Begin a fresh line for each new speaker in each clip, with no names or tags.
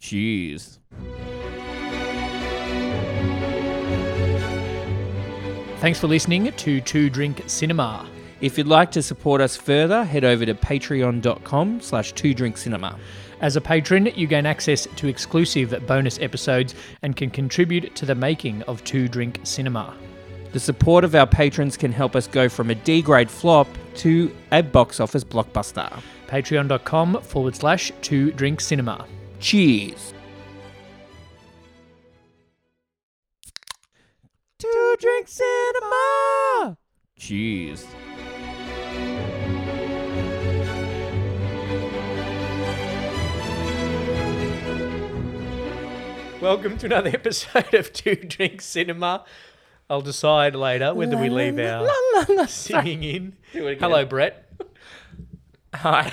Jeez.
Thanks for listening to Two Drink Cinema.
If you'd like to support us further, head over to patreon.com slash two drink cinema.
As a patron, you gain access to exclusive bonus episodes and can contribute to the making of Two Drink Cinema.
The support of our patrons can help us go from a D grade flop to a box office blockbuster.
Patreon.com forward slash Two Drink Cinema.
Cheers. Two drink cinema. Cheers.
Welcome to another episode of Two Drink Cinema. I'll decide later whether we leave our singing in. Hello, Brett.
Hi.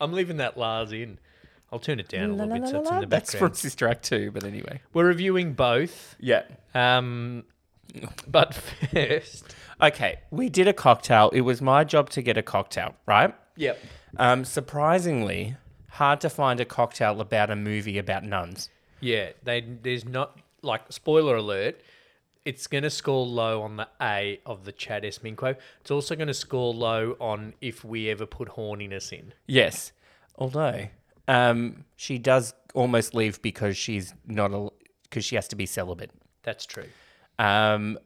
I'm leaving that Lars in. I'll turn it down a little bit so it's in the
That's from
background.
Sister Act 2, but anyway.
We're reviewing both,
Yeah.
um, but first,
Okay, we did a cocktail. It was my job to get a cocktail, right?
yep.
Um, surprisingly, hard to find a cocktail about a movie about nuns.
Yeah, they there's not like spoiler alert. It's going to score low on the A of the Chad S. Minquo. It's also going to score low on if we ever put horniness in.
Yes. Although, um, she does almost leave because she's not a because she has to be celibate.
That's true.
Um,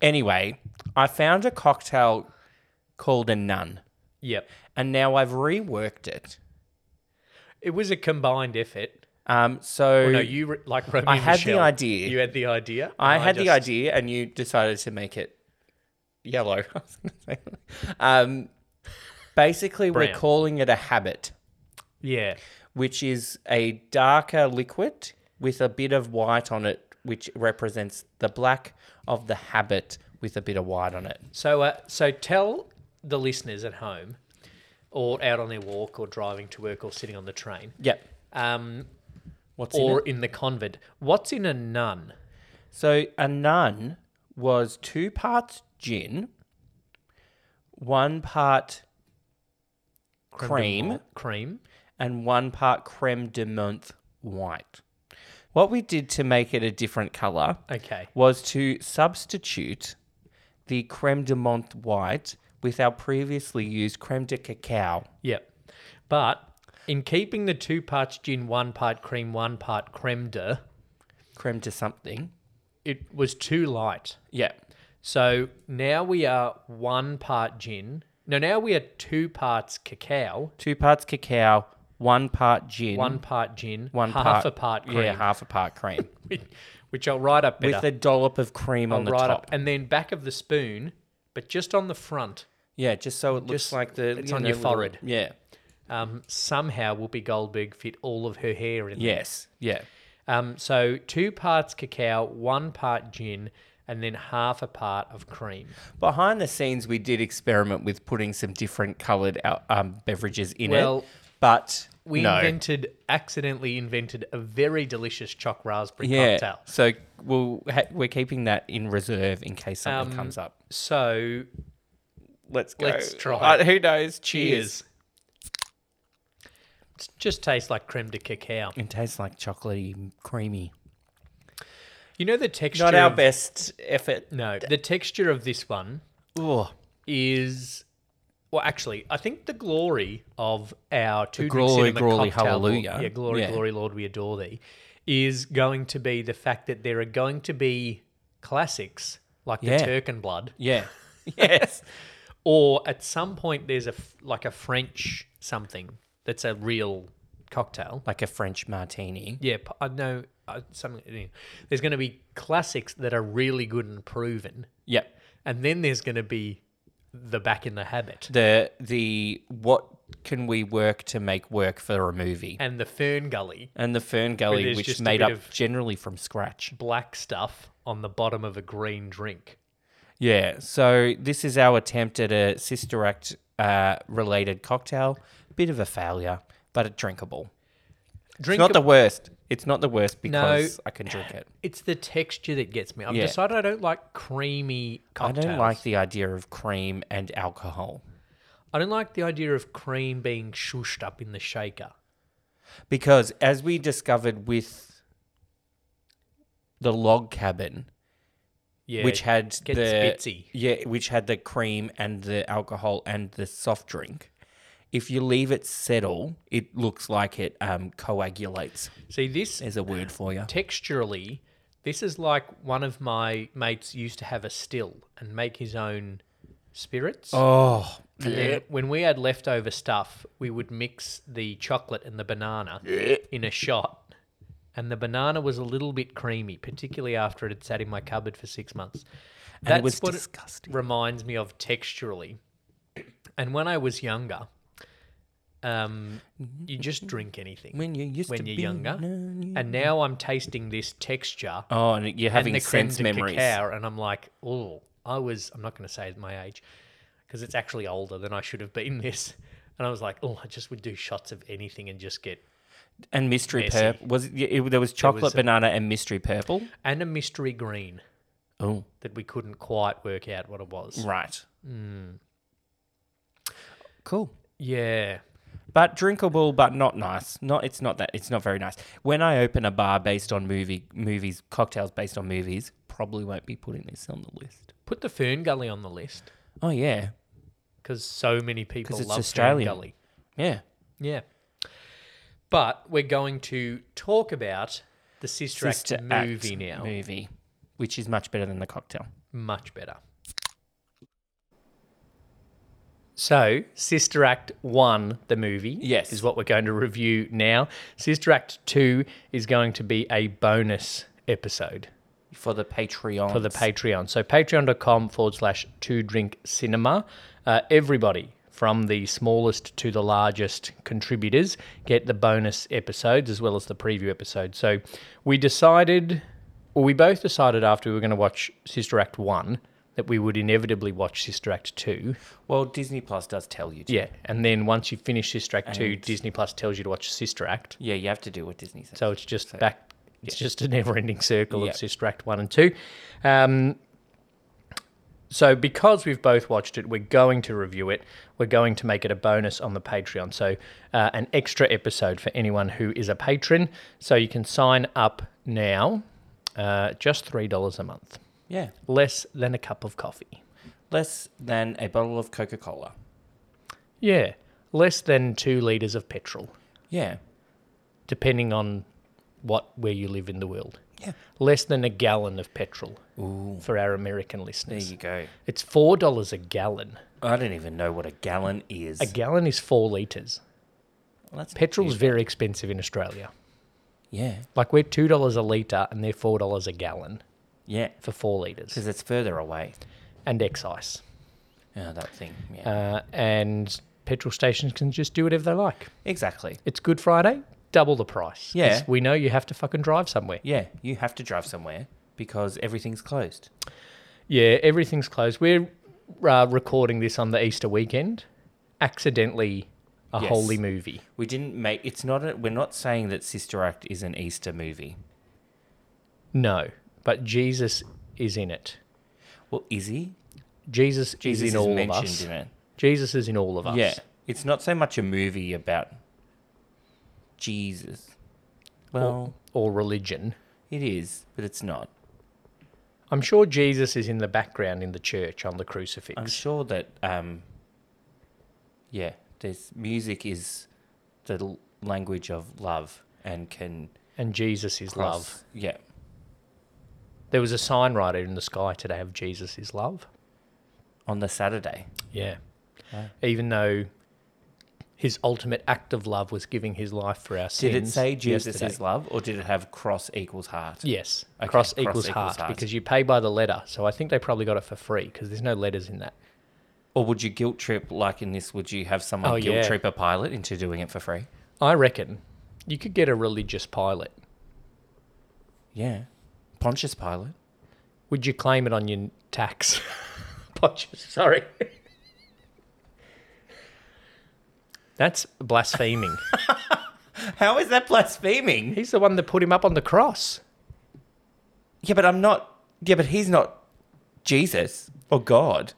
anyway, I found a cocktail called a nun,
Yep.
and now I've reworked it.
It was a combined effort.
Um, so
No, you re- like Romeo
I
and
had the
Michelle.
idea.
You had the idea.
I
and
had the
just-
idea, and you decided to make it yellow. I was gonna say. um, basically, we're
Brown.
calling it a habit,
Yeah.
which is a darker liquid with a bit of white on it, which represents the black of the habit with a bit of white on it.
So, uh, so tell the listeners at home, or out on their walk, or driving to work, or sitting on the train,
Yep.
um,
What's in
or
it?
in the convent. What's in a nun?
So a nun was two parts gin, one part cream,
Cream.
and one part creme de menthe white. What we did to make it a different color
Okay.
was to substitute the creme de menthe white with our previously used creme de cacao.
Yep. But in keeping the two parts gin, one part cream, one part creme de,
Creme de something.
it was too light.
Yeah.
So now we are one part gin. No, now we are two parts cacao,
Two parts cacao, one part gin,
one part gin,
Hmm. one
half
part,
a part cream,
Yeah, half a part cream.
which, which I'll write up better.
with a dollop of cream on the
right
top.
up, and then back of the spoon, but just on the front.
Yeah, just so it looks
Just-
like the
it's
you
on
know,
your
little-
forehead.
yeah.
Um, somehow Whoopi Goldberg fit all of her hair in. there.
Yes. Yeah.
Um, so two parts cacao, one part gin, and then half a part of cream.
Behind the scenes, we did experiment with putting some different coloured uh, um, beverages in it,
Well,
but
We
no.
invented, accidentally invented a very delicious choc raspberry
yeah.
cocktail.
So we'll ha- we're keeping that in reserve in case something
Um,
comes up.
So
Let's go.
let's try
Uh, who knows? Cheers.
cheers. It just tastes like creme de cacao.
It tastes like chocolatey, creamy.
You know the texture.
Not our
of-
best effort.
No, the texture of this one
Oh,
is well actually i think the glory of our two
glory,
cinema
glory,
cocktail,
hallelujah.
yeah glory
Yeah.
glory lord we adore thee is going to be the fact that there are going to be classics like
Yeah.
the turk and blood
yeah. yes.
or at some point there's a f- like a french something that's a real cocktail
Like a French martini.
yeah p- i know uh, something anyway. there's going to be classics that are really good and proven
Yep.
and then there's going to be the back in the habit
the the what can we work to make work for a movie
and the fern gully
and the fern
Where
gully
there's
which is
just a
made
bit
up
of-
generally from scratch
black stuff on the bottom of a green drink.
yeah so this is our attempt at a sister act uh, related cocktail bit of a failure but it's drinkable it's
Drink
not the worst it's not the worst because i can drink it
it's the texture that gets me. I've
Yeah.
decided I don't like creamy cocktails.
i don't like the idea of cream and alcohol
I don't like the idea of cream being shushed up in the shaker.
Because as we discovered with the log cabin,
Yeah.
which had the
gets spitzy.
yeah, which had the cream and the alcohol and the soft drink. If you leave it settle, it looks like it um, coagulates.
see this
There's a word for you.
texturally, this is like one of my mates used to have a still and make his own spirits.
Oh,
And then when we had leftover stuff, we would mix the chocolate and the banana in a shot. And the banana was a little bit creamy, particularly after it had sat in my cupboard for six months.
it was disgusting.
reminds me of texturally. And when I was younger, um, you just drink anything
when you used to
when you're
be
younger.
known-
And now I'm tasting this texture
Oh, and you're having
and the
sense
creams and
memories.
cacao, and I'm like, oh, I was. I'm not going to say my age because it's actually older than I should have been. This, and I was like, oh, I just would do shots of anything and just get
And mystery
Messy.
purple was it, it, there was chocolate
was a-
banana and mystery purple.
and a mystery green
Oh,
that we couldn't quite work out what it was.
right. Hmm. Cool.
Yeah,
but drinkable, but not nice. Not it's not that it's not very nice. When I open a bar based on movie movies, cocktails based on movies, probably won't be putting this on the list.
put the Fern Gully on the list
Oh yeah,
because so many people
'Cause it's
love
Australian.
Fern Gully.
yeah.
Yeah, but we're going to talk about the Sister,
Sister
Act
Act
movie now.
Movie, which is much better than the cocktail.
much better. So, Sister Act 1, the movie,
Yes.
is what we're going to review now. Sister Act 2 is going to be a bonus episode
For the Patreon.
for the Patreon. So, patreon.com forward slash two drink cinema. Uh, everybody from the smallest to the largest contributors get the bonus episodes as well as the preview episode. So, we decided, well, we both decided after we were going to watch Sister Act 1 that we would inevitably watch Sister Act 2.
Well, Disney Plus does tell you to.
Yeah. And then once you finish Sister Act 2, Disney Plus tells you to watch Sister Act.
Yeah, you have to do what Disney says.
So it's just back. It's just a never-ending circle
Yeah.
of Sister Act one and two. Um, so because we've both watched it, we're going to review it. We're going to make it a bonus on the Patreon. So uh, an extra episode for anyone who is a patron. So you can sign up now. Uh, just three dollars a month,
yeah,
less than a cup of coffee.
less than a bottle of Coca Cola.
Yeah, less than two liters of petrol,
Yeah,
depending on what where you live in the world.
yeah.
less than a gallon of petrol
Ooh.
for our American
There
listeners.
you go.
It's four dollars a gallon.
I don't even know what a gallon is.
A gallon is four liters.
Well, that's
Petrol's very expensive in Australia.
yeah,
Like we're two dollars a liter, and they're four dollars a gallon
yeah,
for four liters,
because it's further away.
and excise.
Yeah, that thing. Yeah.
Uh, and petrol stations can just do whatever they like.
exactly.
It's Good Friday, double the price. 'cause
Yeah.
we know you have to fucking drive somewhere.
Yeah, you have to drive somewhere because everything's closed.
Yeah, everything's closed. We're uh, recording this on the Easter weekend. Accidentally, a
Yes.
holy movie.
We didn't make it's not a, we're not saying that Sister Act is an Easter movie.
No, but Jesus is in it.
Well, is he?
Jesus,
Jesus
is in
is
all of
mentioned
us.
in it.
Jesus is in all of us.
Yeah, it's not so much a movie about Jesus. Well,
Or religion.
it is, but it's not.
I'm sure Jesus is in the background in the church on the crucifix.
I'm sure that um, yeah, there's music is the l- language of love and can
and Jesus is love.
cross- Yeah,
There was a sign right in the sky today of Jesus is love.
on the Saturday.
Yeah.
Wow.
Even though his ultimate act of love was giving his life for our sins.
Did it say Jesus
yesterday.
is love, or did it have cross equals heart?
Yes.
Okay,
Cross,
cross equals
equals, heart,
heart.
because you pay by the letter. So I think they probably got it for free because there's no letters in that.
Or would you guilt trip like in this? Would you have someone
Oh,
guilt
yeah.
trip a pilot into doing it for free?
I reckon you could get a religious pilot.
Yeah, Pontius Pilate.
Would you claim it on your tax? Pontius, sorry. That's blaspheming.
How is that blaspheming?
He's the one that put him up on the cross.
Yeah, but I'm not. Yeah, but he's not Jesus or God.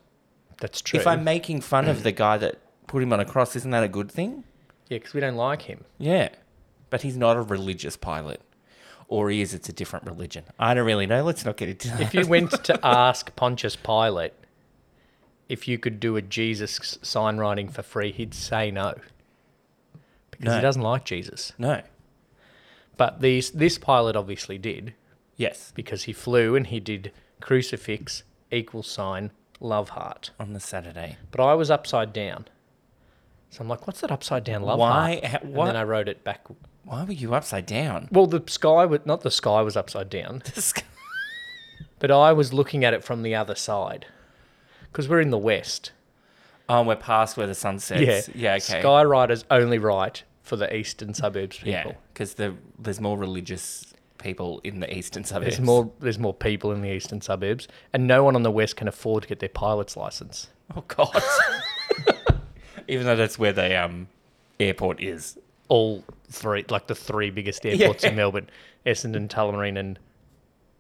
That's true.
If I'm making fun of the guy that put him on a cross, isn't that a good thing?
yeah, because we don't like him.
Yeah. but he's not a religious pilot. Or he is, it's a different religion. I don't really know. Let's not get into that.
If you went to ask Pontius Pilate if you could do a Jesus s- sign writing for free, he'd say no because
No.
he doesn't like Jesus.
no.
But these, this pilot obviously did
Yes.
because he flew and he did crucifix, equal sign, love heart.
On the Saturday.
But I was upside down. So I'm like, what's that upside down love
Why-
heart?
ha-
and
what-
then I wrote it back.
Why were you upside down?
Well, the sky was not the sky was upside down,
This guy-
but I was looking at it from the other side because we're in the west.
Oh, we're past where the sun sets. Yeah. okay.
Sky riders only right for the eastern suburbs people.
yeah. Because the, there's more religious people in the eastern suburbs.
There's more there's more people in the eastern suburbs, and no one on the west can afford to get their pilot's license.
Oh, God. Even though that's where the um, airport is.
All three, like the three biggest airports in Melbourne, Essendon, Tullamarine, and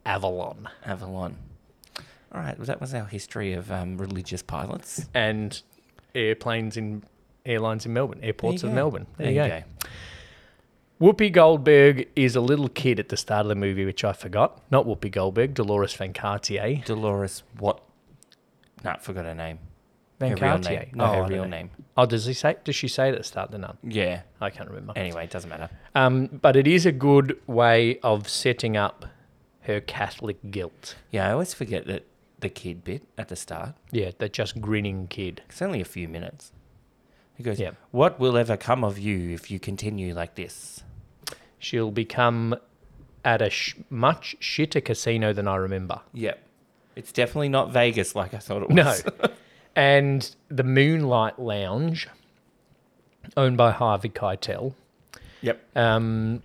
Avalon.
Avalon. All right, well, that was our history of um, religious pilots.
and airplanes in airlines in Melbourne, airports
There
of
you go.
Melbourne. There, you go. Whoopi Goldberg is a little kid at the start of the movie, which I forgot. Not Whoopi Goldberg, Dolores Van Cartier.
Dolores, what? Nah, forgot her name.
Van
her real name. No,
I
her
don't
real
know.
name.
Oh, does he say? Does she say it at the start? The nun.
Yeah.
I can't remember.
Anyway, it doesn't matter.
Um, but it is a good way of setting up her Catholic guilt.
Yeah, I always forget that the kid bit at the start.
Yeah, that just grinning kid.
It's only a few minutes. He goes,
Yep.
What will ever come of you if you continue like this?
She'll become at a sh- much shitter casino than I remember.
Yep. It's definitely not Vegas like I thought it was.
No. and the Moonlight Lounge, owned by Harvey Keitel.
yep.
Um,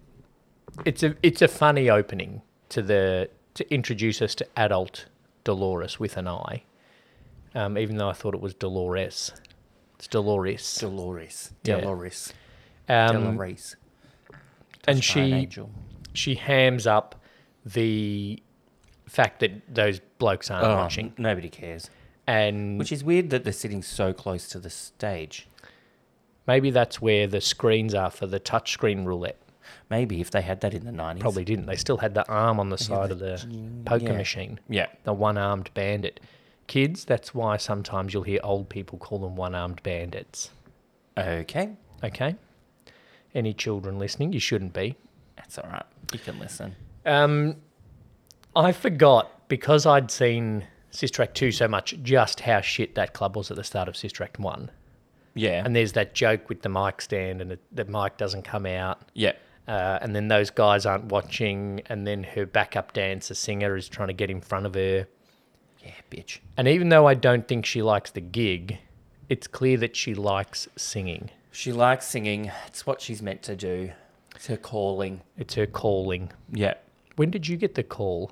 it's a it's a funny opening to the to introduce us to adult Dolores with an I. Um, even though I thought it was Dolores, it's Dolores.
Dolores.
Yeah.
Dolores.
Um,
Dolores.
and
Fire
she
angel.
she hams up the fact that those blokes aren't
Oh,
watching,
nobody cares.
and
Which is weird that they're sitting so close to the stage.
maybe that's where the screens are for the touchscreen roulette.
Maybe if they had that in the 90s.
Probably didn't. They still had the arm on the side of the poker
yeah.
machine,
Yeah.
the one armed bandit. Kids, that's why sometimes you'll hear old people call them one armed bandits.
Okay.
Okay? Any children listening, you shouldn't be.
That's all right. You can listen.
Um, I forgot because I'd seen Sister Act 2 so much just how shit that club was at the start of Sister Act 1.
Yeah.
And there's that joke with the mic stand and it, the mic doesn't come out.
yeah.
uh, and then those guys aren't watching, and then her backup dancer singer is trying to get in front of her.
Yeah, bitch.
And even though I don't think she likes the gig, it's clear that she likes singing.
She likes singing. It's what she's meant to do. It's her calling.
It's her calling.
Yeah.
When did you get the call?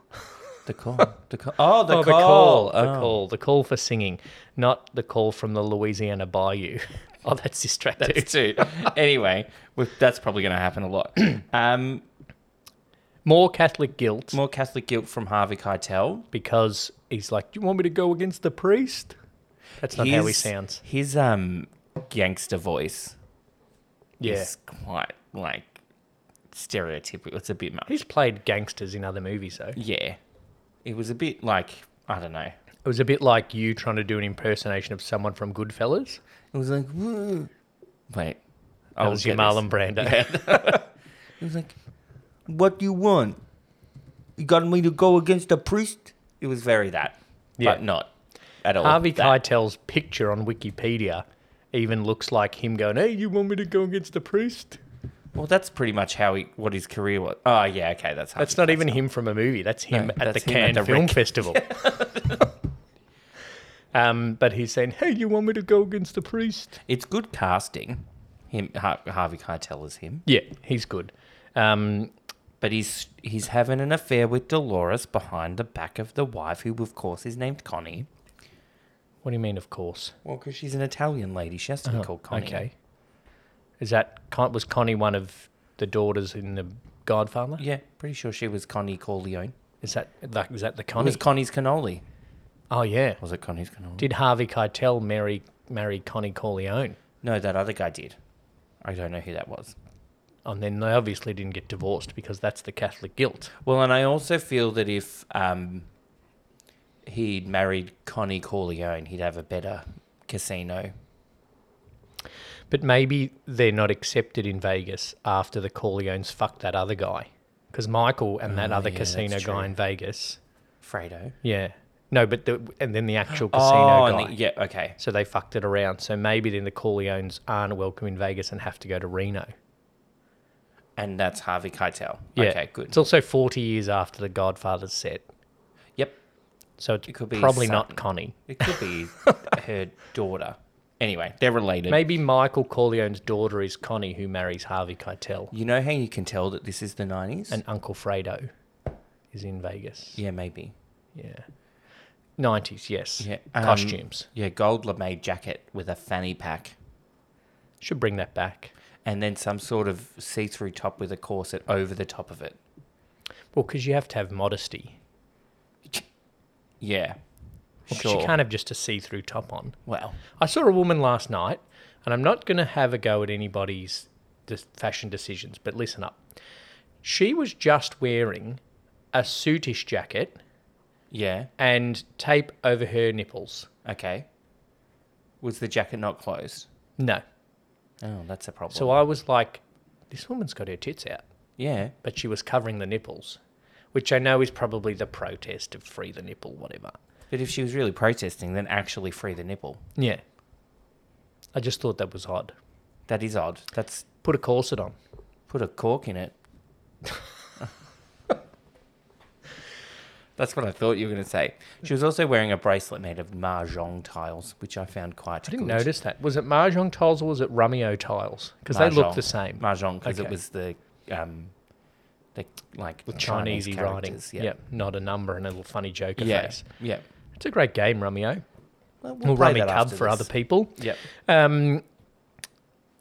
The call. the call. Oh, the
Oh, the
call.
call, the call, the call for singing, not the call from the Louisiana Bayou. oh, that's distracting.
Dude. anyway, we- that's probably going to happen a lot. Um,
More Catholic guilt
more Catholic guilt from Harvey Keitel.
because he's like, "Do you want me to go against the priest?" That's not how he
His-
sounds.
His um, gangster voice
Yeah,
is quite like stereotypical. It's a bit much.
he's played gangsters in other movies though.
Yeah. It was a bit like, I don't know.
It was a bit like you trying to do an impersonation of someone from Goodfellas.
It was like, "Whoa." wait. I
That was your Marlon Brando.
It was like, what do you want? You got me to go against a priest? It was very that.
Yeah.
But not at all.
Harvey
That-
Keitel's picture on Wikipedia even looks like him going, "Hey, you want me to go against the priest?"
Well, that's pretty much how he, what his career was. Oh, yeah, okay. That's Harvey
That's not even
Keitel.
him from a movie. That's him
No,
at
that's
the
him at
Cannes
the
Film
rec-
Festival. um, but he's saying, "Hey, you want me to go against the priest?"
It's good casting. Him, Har- Harvey Keitel is him.
Yeah, he's good. Um,
But he's he's having an affair with Dolores behind the back of the wife, who, of course, is named Connie.
what do you mean? Of course.
Well, because she's an Italian lady. She has to be called Connie.
Uh-huh. Okay. Is that Con- was Connie one of the daughters in the Godfather?
Yeah, pretty sure she was Connie Corleone.
Is that like is that the
It
Connie?
was Connie's cannoli.
Oh yeah.
Was it Connie's cannoli?
Did Harvey Keitel marry marry Connie Corleone?
no, that other guy did. I don't know who that was.
And then they obviously didn't get divorced because that's the Catholic guilt.
Well, and I also feel that if um, he'd married Connie Corleone, he'd have a better casino.
But maybe they're not accepted in Vegas after the Corleones fucked that other guy. Because Michael and that
Oh,
other
yeah, that's
casino
true.
guy in Vegas.
Fredo.
Yeah. No, but the, and then the actual casino
Oh, and
guy.
the- yeah, okay.
So they fucked it around. So maybe then the Corleones aren't welcome in Vegas and have to go to Reno.
And that's Harvey Keitel.
Yeah.
Okay, good.
It's also 40 years after The Godfather's set.
yep.
So it's
It could be
probably
Sutton.
not Connie.
It could be her daughter. Anyway, they're related.
Maybe Michael Corleone's daughter is Connie, who marries Harvey Keitel,
You know how you can tell that this is the 90s?
and Uncle Fredo is in Vegas.
yeah, maybe.
Yeah. 90s, yes.
Yeah. um,
Costumes.
Yeah, gold lame jacket with a fanny pack.
Should bring that back.
And then some sort of see through top with a corset over the top of it.
Well, because you have to have modesty.
Yeah.
'Cause
Sure.
You can't have just a see through top on.
well,
I saw a woman last night, and I'm not going to have a go at anybody's dis- fashion decisions, but listen up. She was just wearing a suitish jacket
yeah.
and tape over her nipples.
Okay. Was the jacket not closed?
No.
Oh, that's a problem.
So I was like, this woman's got her tits out,
yeah.
but she was covering the nipples, which I know is probably the protest of free the nipple, whatever.
But if she was really protesting, then actually free the nipple.
Yeah. I just thought that was odd.
That is odd. That's
Put a corset on.
put a cork in it. That's what I thought you were going to say. She was also wearing a bracelet made of mahjong tiles, which I found quite.
I didn't notice that. Was it Mahjong tiles or was it Rumio tiles? Because they look the same.
Mahjong, because it
Okay.
was the um, the like
The Chinese writing.
characters,
Yeah. Not a number and a little funny joker
yeah,
face.
yeah.
It's a great game, Rumio.
Well, play
Or Rummy
that
Cub
after
for
this.
other people.
Yep.
Um,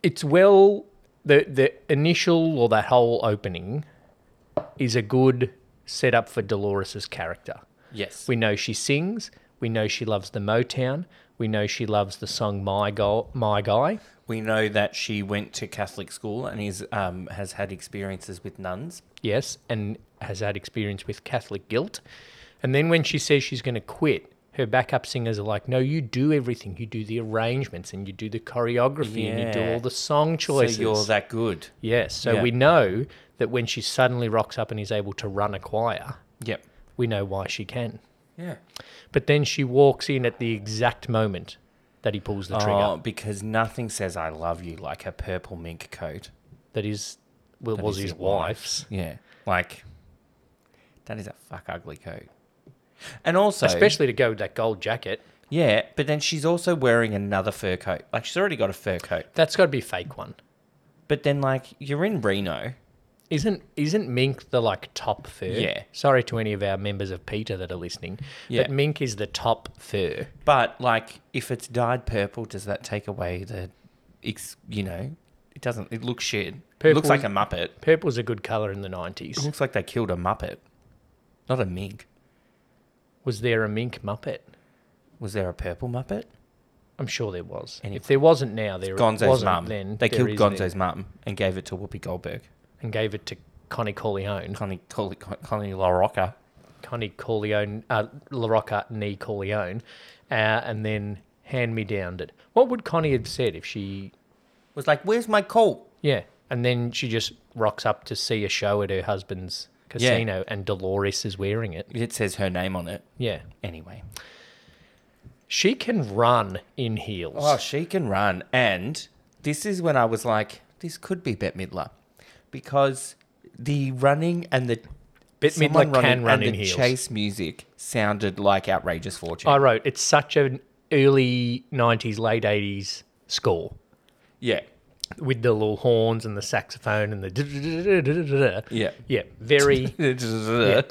it's well the the initial or that whole opening is a good setup for Dolores's character.
Yes.
We know she sings. We know she loves the Motown. We know she loves the song "My Go- My Guy."
We know that she went to Catholic school and is um, has had experiences with nuns.
Yes, and has had experience with Catholic guilt. And then when she says she's going to quit, her backup singers are like, "No, you do everything. You do the arrangements, and you do the choreography, and you do
Yeah.
all the song choices."
So you're that good.
Yes. So
Yeah.
we know that when she suddenly rocks up and is able to run a choir,
Yep.
we know why she can.
Yeah.
But then she walks in at the exact moment that he pulls the trigger.
Oh, because nothing says "I love you" like a purple mink coat.
That is, well,
That
was
is
his,
his
wife's.
Yeah. Like that is a fuck ugly coat. And also,
Especially to go with that gold jacket.
yeah, but then she's also wearing another fur coat. Like she's already got a fur coat.
That's got to be a fake one.
But then, like, you're in Reno.
Isn't isn't mink the like top fur?
Yeah.
Sorry to any of our members of Peter that are listening,
Yeah.
but mink is the top fur.
But like, if it's dyed purple, does that take away the, ex- you know, it doesn't. It looks shit. it looks
Purple-
like a muppet.
Purple's a good color in the nineties.
It looks like they killed a muppet, not a mink.
Was there a mink muppet?
Was there a purple muppet?
I'm sure there was.
Anyway.
If there wasn't now, there
Gonzo's
wasn't
mum.
then.
They
there
killed
is now.
Gonzo's mum and gave it to Whoopi Goldberg.
and gave it to Connie Corleone.
Connie, Connie, Connie LaRocca.
Connie Corleone, uh, LaRocca Nee Corleone, uh, and then hand me downed it. What would Connie have said if she,
Was like, "Where's my coat?"
yeah, and then she just rocks up to see a show at her husband's casino and Dolores is wearing it?
It says her name on it.
Yeah.
Anyway.
She can run in heels.
Oh, she can run. And this is when I was like, "This could be Bette Midler," because the running and the
Bette
someone
Midler can
running
run
and
in
the
heels. Oh.
chase music sounded like outrageous fortune.
I wrote, it's such an early 90s, late 80s score.
yeah,
with the little horns and the saxophone and the
Yeah.
yeah very
yes.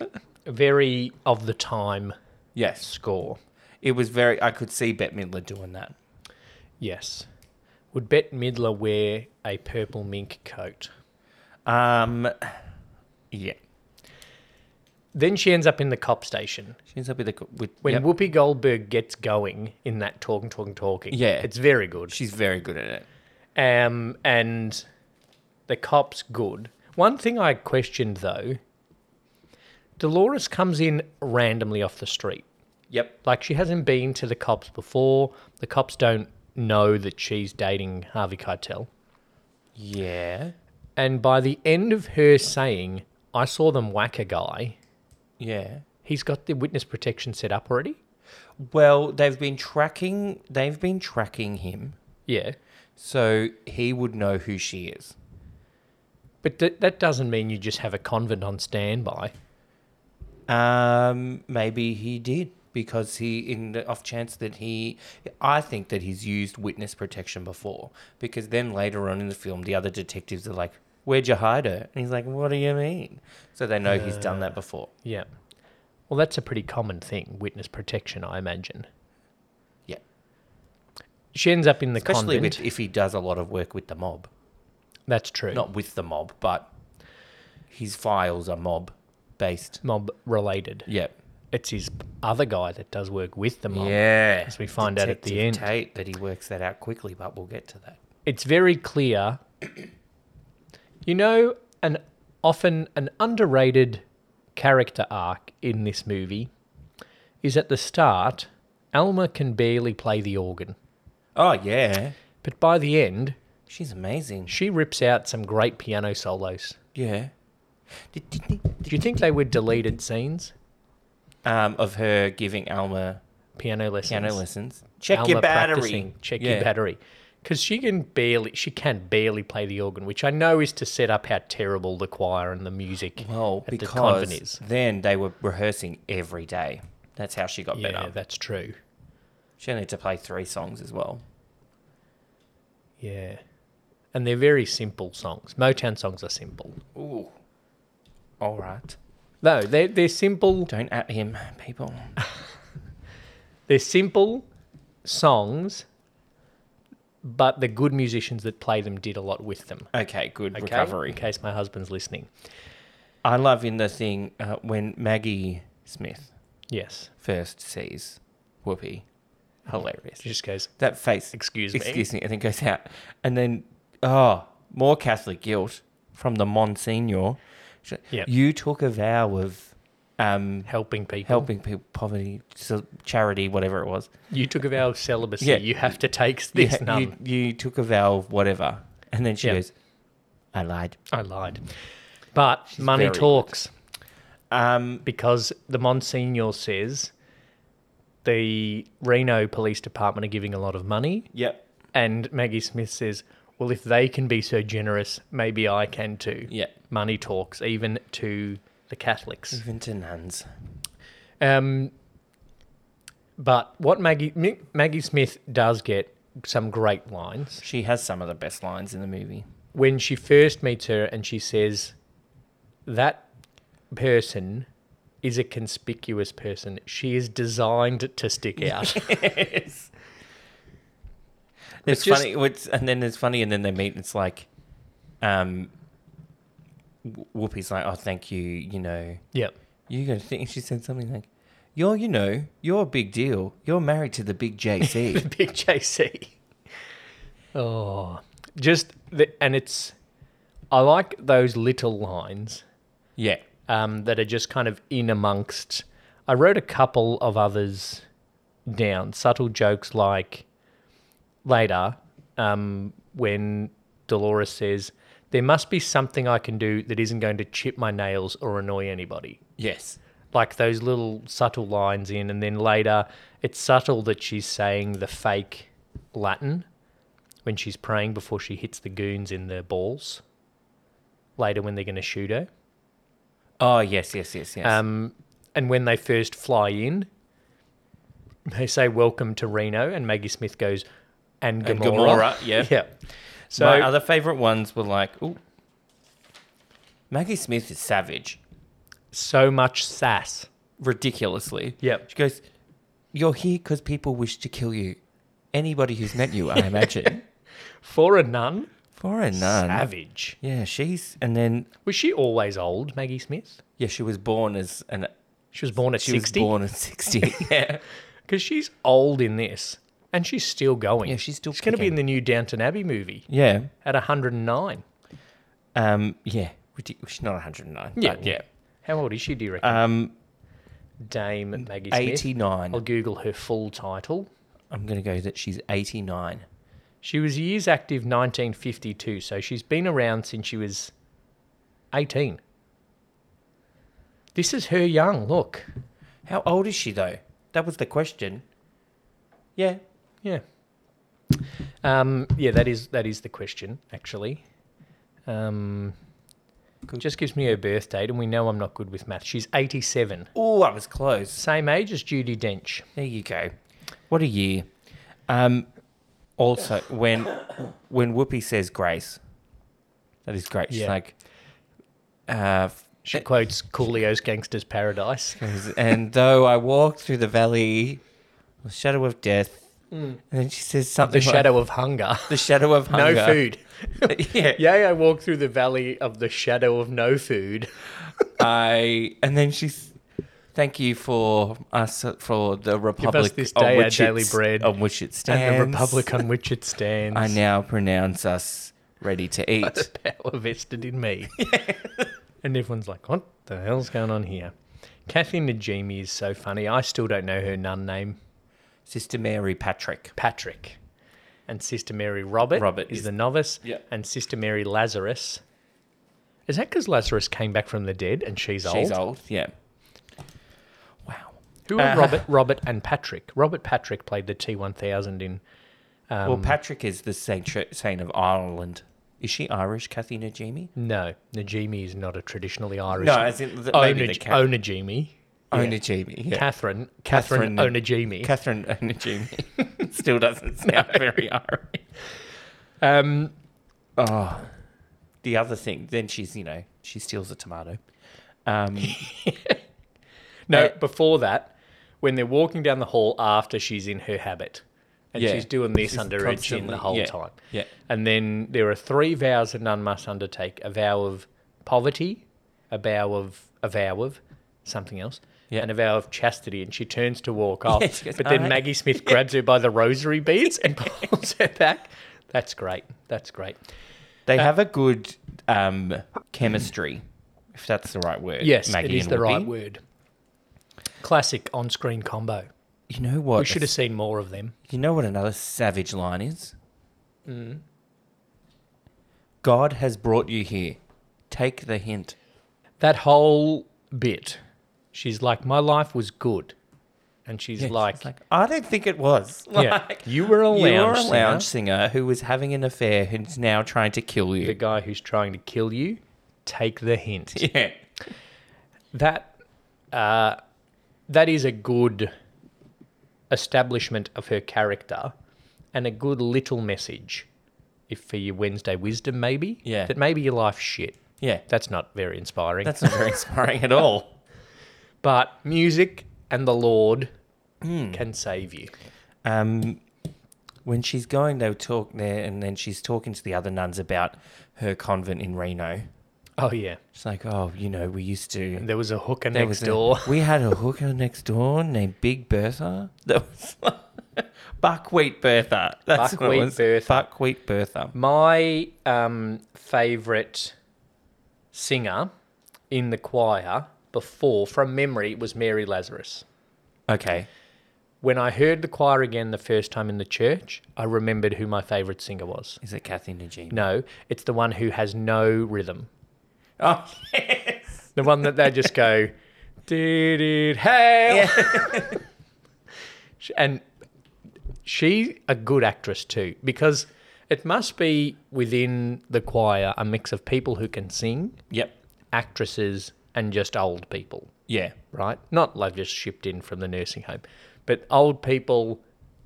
very of the time score
It was very. I could see Bette Midler doing that.
yes would Bette Midler wear a purple mink coat
Um, yeah.
then she ends up in the cop station
She ends up with a co- with
when
yep.
Whoopi Goldberg gets going in that talking talking talking
Yeah.
it's very good
she's very good at it.
um and The cop's good. One thing I questioned though Dolores comes in randomly off the street.
Yep.
Like she hasn't been to the cops before. The cops don't know that she's dating Harvey Keitel.
Yeah.
And by the end of her saying, I saw them whack a guy,
Yeah.
he's got the witness protection set up already.
Well, they've been tracking. They've been tracking him,
Yeah.
so he would know who she is.
But th- that doesn't mean you just have a convent on standby.
Um, maybe he did because he, in the off chance that he, I think that he's used witness protection before because then later on in the film, the other detectives are like, "Where'd you hide her?" And he's like, "What do you mean?" So they know he's done that before.
Yeah. Well, that's a pretty common thing, witness protection, I imagine.
Yeah,
She ends up in the
especially
convent.
with if he does a lot of work with the mob,
that's true.
not with the mob, but his files are mob based.
mob related.
Yeah.
It's his other guy that does work with the mob.
Yeah.
As we find out at the end.
Tate that he works that out quickly, but we'll get to that.
it's very clear. You know, an often an underrated character arc in this movie is at the start, Alma can barely play the organ,
Oh yeah.
but by the end,
She's amazing.
she rips out some great piano solos.
Yeah.
Do you think they were deleted scenes?
Um, of her giving Alma
Piano lessons.
piano lessons. Check
Alma
your battery.
practicing, Check
Yeah.
your battery. Because she can barely, she can barely play the organ, which I know is to set up how terrible the choir and the music
Well,
at the
because
convent is.
then they were rehearsing every day. That's how she got
Yeah,
better.
that's true.
She only had to play three songs as well.
Yeah. And they're very simple songs. Motown songs are simple.
Ooh. All right.
No, they're, they're simple.
Don't at him, people.
They're simple songs, but the good musicians that play them did a lot with them.
Okay, good
Okay?
recovery.
In case my husband's listening.
I love in the thing uh, when Maggie Smith
Yes.
first sees Whoopi. Hilarious.
She just goes,
That face.
Excuse me.
Excuse me. And then goes out. And then, oh, more Catholic guilt from the Monsignor. Sh-
Yep.
You took a vow of um,
helping people.
helping people, poverty, so charity, whatever it was.
You took a vow of celibacy.
Yeah.
You have to take this
you,
nun.
you, you took a vow of whatever. And then she
Yep.
goes, I lied.
I lied. But money
very good.
talks.
Um,
because the Monsignor says the Reno Police Department are giving a lot of money,
yep.
and Maggie Smith says, "Well, if they can be so generous, maybe I can too."
Yep.
Money talks, even to the Catholics.
Even to nuns.
Um, but what Maggie Mi- Maggie Smith does get some great lines
She has some of the best lines in the movie.
when she first meets her, and she says, "That person." Is a conspicuous person. She is designed to stick out.
it's
It's
funny. It's, and then it's funny, and then they meet, and it's like, um, Wh- Whoopi's like, "Oh, thank you." You know,
Yep.
you gonna think she said something like, "You're, you know, you're a big deal. You're married to the big
The
JC."
big JC. Oh, just the, and it's. I like those little lines
yeah,
um, that are just kind of in amongst. I wrote a couple of others down. Subtle jokes like later um, when Dolores says, "There must be something I can do that isn't going to chip my nails or annoy anybody."
yes,
like those little subtle lines in, and then later it's subtle that she's saying the fake Latin when she's praying before she hits the goons in the balls. Later, when they're going to shoot her,
oh yes, yes, yes, yes.
um, and when they first fly in, they say "Welcome to Reno," and Maggie Smith goes, "And Gomorrah."
And Gamora, yeah.
yeah. So
My other favorite ones were like, "Ooh, Maggie Smith is savage,
so much sass.
ridiculously."
Yep.
She goes, "You're here because people wish to kill you. Anybody who's met you, I imagine."
For a nun,
For a nun.
savage.
Yeah, she's and then
Was she always old, Maggie Smith?
yeah, she was born as an
She was born at
she
sixty.
was born at sixty. yeah,
Because she's old in this, and she's still going.
Yeah, she's still
She's going to be
kicking.
in the new Downton Abbey movie
yeah.
at 109.
Um, yeah, ridiculous. She's not 109.
Yeah,
but
yeah. How old is she, do you reckon?
Um,
Dame Maggie Smith.
89.
I'll Google her full title.
I'm going to go that she's 89.
She was years active 1952, so she's been around since she was 18. This is her young, look.
How old is she though? That was the question. Yeah.
Yeah. Um, yeah, that is that is the question, actually. Um,
Good.
Just gives me her birth date, and we know I'm not good with math. She's 87.
Oh, I was close.
Same age as Judy Dench.
There you go. What a year. Um, also, when when Whoopi says Grace, that is great. She's
Yeah.
like, uh,
She quotes Coolio's Gangster's Paradise.
and though I walk through the valley, the shadow of death, and then she says something.
Mm. The
like,
Shadow of Hunger.
The shadow of hunger.
No food.
yeah.
Yea, I walk through the valley of the shadow of no food.
I and then she's thank you for us for the republic
this
on
day our
which
daily
it's-
bread
on which it stands.
And the republic on which it stands.
I now pronounce us ready to eat.
Power vested in me. and everyone's like, what the hell's going on here? Kathy Najimy is so funny. I still don't know her nun name.
Sister Mary Patrick.
Patrick. And Sister Mary Robert,
Robert
is
is-
the novice.
Yeah.
And Sister Mary Lazarus. Is that because Lazarus came back from the dead and she's old?
She's old. Yeah. Wow.
Who are
Uh,
Robert, Robert and Patrick? Robert Patrick played the T1000 in Um,
well, Patrick is the saint saint of Ireland. Is she Irish, Kathy Najimy?
No, Najimi is not a traditionally Irish.
No, as in the, maybe the
Onaj-
Ca-
Onajimi.
oh, Najimy. Yeah.
Catherine. Catherine,
Catherine N-
Onajimi.
Catherine Onajimi. Still doesn't sound very Irish.
um,
Oh. The other thing, then she's, you know, she steals a tomato. Um,
no,
Uh,
before that, when they're walking down the hall after she's in her habit, and
Yeah.
she's doing this
She's
under her chin
constantly-
the whole
yeah,
time.
yeah.
And then there are three vows a nun must undertake: a vow of poverty, a vow of a vow of something else.
Yeah.
And a vow of chastity, and she turns to walk off.
Yeah, she goes,
but then
"Alright."
Maggie Smith grabs her by the rosary beads and pulls her back. That's great. That's great. Uh,
they have a good um, chemistry, if that's the right word.
Yes,
Maggie
it is
and
the
Whoopi.
right word. Classic on-screen combo.
You know what?
We should have seen more of them.
You know what another savage line is?
Hmm.
God has brought you here. Take the hint.
That whole bit, she's like, "My life was good," and she's
Yeah, she's
like,
I don't think it was.
yeah,
Like,
"You were a lounge,
you are a
singer,
lounge singer who was having an affair who's now trying to kill
the
you.
guy who's trying to kill you. Take the hint."
Yeah.
That, uh, that is a good establishment of her character, and a good little message, if for your Wednesday wisdom, maybe.
Yeah.
That maybe your life's shit.
Yeah.
That's not very inspiring.
That's not very inspiring at all.
but music and the Lord
Hmm.
can save you.
um, when she's going, they'll talk there, and then she's talking to the other nuns about her convent in Reno.
Oh yeah,
She's like, "Oh, you know, we used to."
there was a hooker
there
next
was a-
door.
we had a hooker next door named Big Bertha. That was Buckwheat Bertha. That's what it
Buckwheat
was.
Bertha.
Buckwheat Bertha.
My um, favorite singer in the choir before, from memory, was Mary Lazarus.
Okay.
When I heard the choir again the first time in the church, I remembered who my favorite singer was.
Is it Kathy Najimy?
No, it's the one who has no rhythm.
Oh, yes.
The one that they just go, did it hail? Sh- and she's a good actress too, because it must be within the choir a mix of people who can sing,
Yep.
actresses, and just old people,
Yeah.
right? Not like just shipped in from the nursing home, but old people,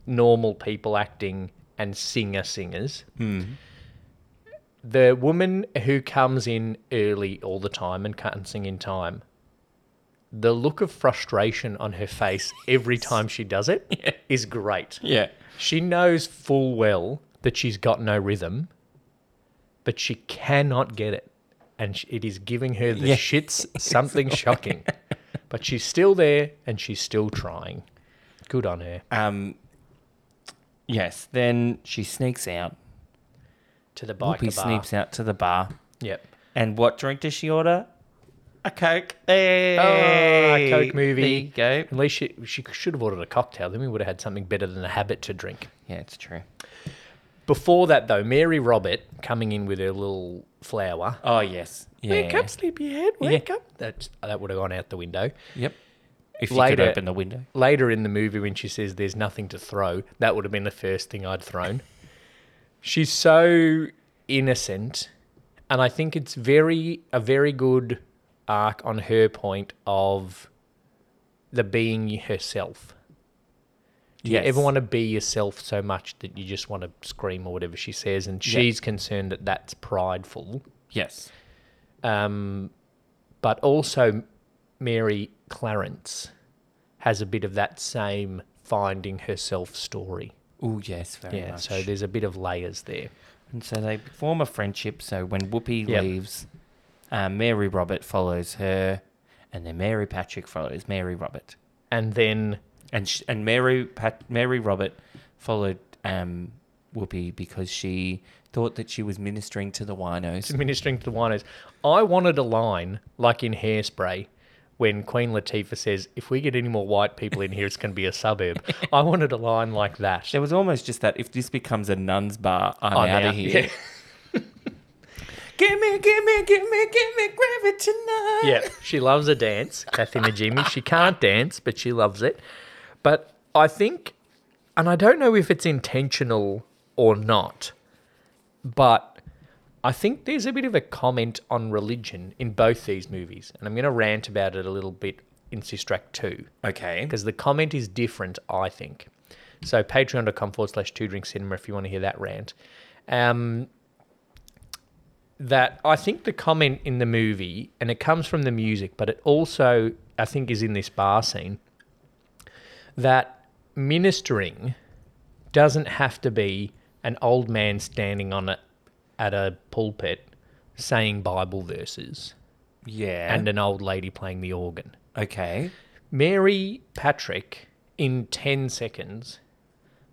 normal people acting, and singer singers. The woman who comes in early all the time and can't sing in time. The look of frustration on her face every time she does it is great.
Yeah.
She knows full well that she's got no rhythm, but she cannot get it. And sh- it is giving her the
Yeah.
shits something shocking. But she's still there and she's still trying. Good on her.
Um. Yes. Then she sneaks out.
To the biker
Whoopi
bar.
sneaks out to the bar.
Yep.
And what drink does she order? A Coke.
a
Hey.
Ah, Coke movie.
There you go.
At least she, she should have ordered a cocktail. Then we would have had something better than a habit to drink.
Yeah, it's true.
Before that, though, Mary Robert coming in with her little flower.
Oh, yes. Yeah.
Wake up, sleepyhead. Wake up. That, that would have gone out the window.
Yep. If you could
Later-
open the window.
Later in the movie, when she says there's nothing to throw, that would have been the first thing I'd thrown. She's so innocent. And I think it's very a very good arc on her point of the being herself. Do
Yes.
you ever want to be yourself so much that you just want to scream or whatever she says? And
Yeah.
she's concerned that that's prideful.
Yes.
Um, but also, Mary Clarence has a bit of that same finding herself story.
Oh, yes, very
yeah,
much.
so there's a bit of layers there.
and so they form a friendship. So when Whoopi
Yep.
leaves, uh, Mary Robert follows her, and then Mary Patrick follows Mary Robert.
And then,
and sh and Mary Pat- Mary Robert followed um, Whoopi because she thought that she was ministering to the winos.
ministering to the winos, I wanted a line like in Hairspray. When Queen Latifah says, "If we get any more white people in here, it's going to be a suburb," I wanted a line like that.
There was almost just that. If this becomes a nun's bar, I'm,
I'm
out of
out.
Oh, here.
Yeah.
give me, give me, give me, give me, grab it tonight.
yeah, she loves a dance, Kathy Najimy. She can't dance, but she loves it. But I think, and I don't know if it's intentional or not, but I think there's a bit of a comment on religion in both these movies. And I'm going to rant about it a little bit in Sister Act 2
Okay.
because the comment is different, I think. So patreon.com forward slash two drink cinema if you want to hear that rant. Um, that I think the comment in the movie, and it comes from the music, but it also, I think, is in this bar scene, that ministering doesn't have to be an old man standing on a, at a pulpit saying Bible verses
Yeah.
and an old lady playing the organ.
okay.
Mary Patrick, in 10 seconds,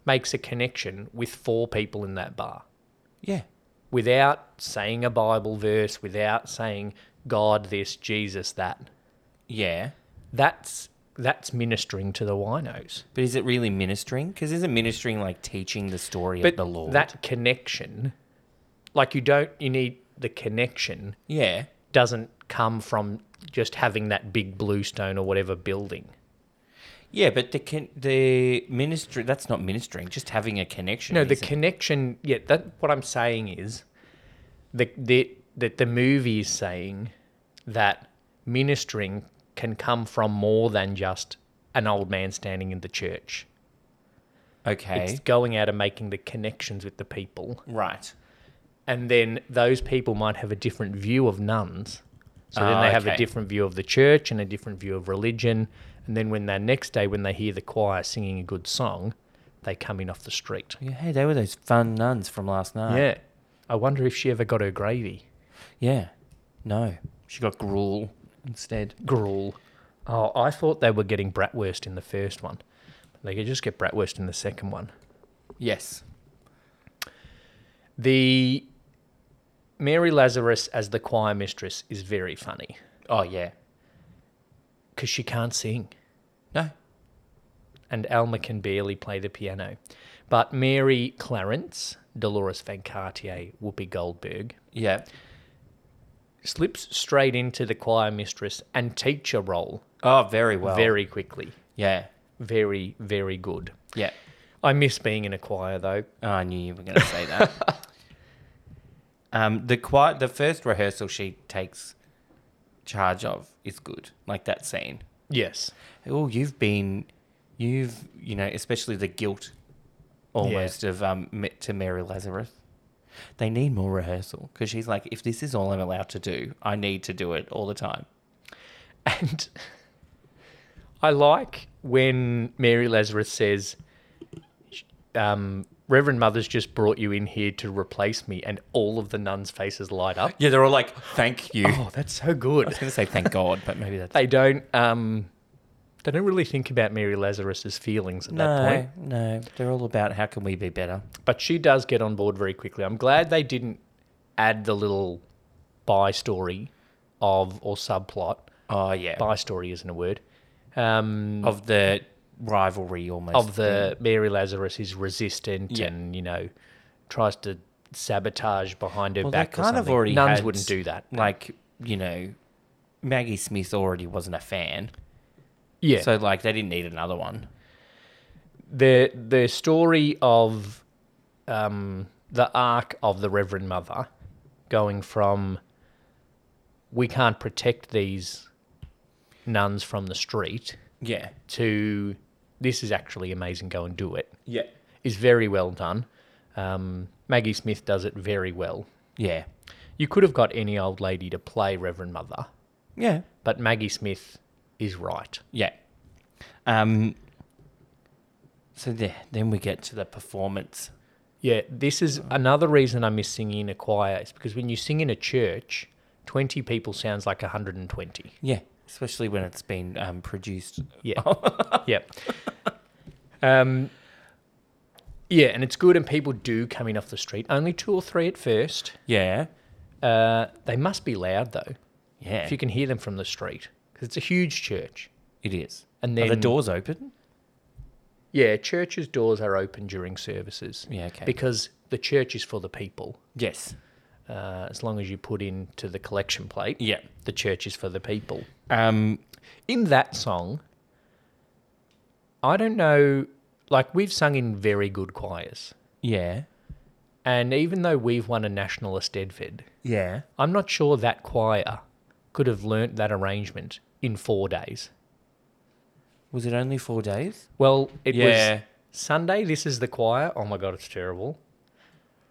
makes a connection with four people in that bar
Yeah.
without saying a Bible verse, without saying God this, Jesus that.
Yeah.
That's, that's ministering to the winos.
But is it really ministering? Because isn't ministering like teaching the story of the Lord?
that connection, like you don't, you need the connection,
yeah.
doesn't come from just having that big blue stone or whatever building.
Yeah, but the con- the ministry that's not ministering. Just having a connection.
No, the
isn't-
connection. Yeah, that what I'm saying is, the the that the movie is saying that ministering can come from more than just an old man standing in the church.
okay.
It's going out and making the connections with the people,
Right.
and then those people might have a different view of nuns. So then
Ah,
they have
okay.
a different view of the church and a different view of religion. And then when they next day, when they hear the choir singing a good song, they come in off the street.
Yeah, hey, they were those fun nuns from last night.
Yeah. I wonder if she ever got her gravy.
Yeah. No. She got gruel instead.
Gruel. Oh, I thought they were getting bratwurst in the first one. They could just get bratwurst in the second one.
Yes.
The Mary Lazarus as the choir mistress is very funny
Oh, yeah.
because she can't sing
No.
and Alma can barely play the piano. But Mary Clarence, Dolores Van Cartier, Whoopi Goldberg,
Yeah.
slips straight into the choir mistress and teacher role
Oh, very well.
very quickly.
Yeah.
Very, very good.
Yeah.
I miss being in a choir though.
Oh, I knew you were going to say that. um, the qui- the first rehearsal she takes charge of is good. Like that scene.
Yes.
Oh, you've been, you've you know, especially the guilt, almost of um Ma- to Mary Lazarus. They need more rehearsal because she's like, if this is all I'm allowed to do, I need to do it all the time.
And I like when Mary Lazarus says, um, Reverend Mother's just brought you in here to replace me, and all of the nuns' faces light up.
Yeah, they're all like, thank you. I
Oh, that's so good.
was going to say thank God, but maybe that's
They don't um, they don't really think about Mary Lazarus's feelings at that point.
no, no. They're all about how can we be better.
But she does get on board very quickly. I'm glad they didn't add the little by story of or subplot.
Oh yeah,
By story isn't a word. Um,
of the rivalry almost
of the Mary Lazarus is resistant
Yeah.
and you know tries to sabotage behind her
Well, they
back. or
kind of
something.
already
nuns
had-
wouldn't do that.
like you know, Maggie Smith already wasn't a fan,
Yeah,
so like they didn't need another one.
the the story of um, the arc of the Reverend Mother going from we can't protect these nuns from the street
Yeah,
to this is actually amazing. Go and do it
yeah,
is very well done. Um, Maggie Smith does it very well.
yeah,
You could have got any old lady to play Reverend Mother,
yeah,
but Maggie Smith is right.
yeah. Um. So there, then we get to the performance.
Yeah, this is another reason I miss singing in a choir. Is because when you sing in a church, twenty people sounds like hundred and twenty.
Yeah, especially when it's been um, produced.
Yeah, yeah, um, yeah, and it's good. And people do come in off the street. Only two or three at first.
Yeah,
Uh, they must be loud though,
yeah,
if you can hear them from the street, because it's a huge church.
it is.
And
Are the
then-
doors open?
Yeah, churches' doors are open during services.
Yeah, okay.
Because the church is for the people.
yes.
Uh, as long as you put into the collection plate,
Yeah.
the church is for the people.
Um.
In that song, I don't know, like we've sung in very good choirs.
Yeah.
And even though we've won a nationalist Edfed,
Yeah.
I'm not sure that choir could have learnt that arrangement in four days.
Was it only four days?
Well, it was
Yeah.
Sunday. This is the choir. Oh my god, it's terrible.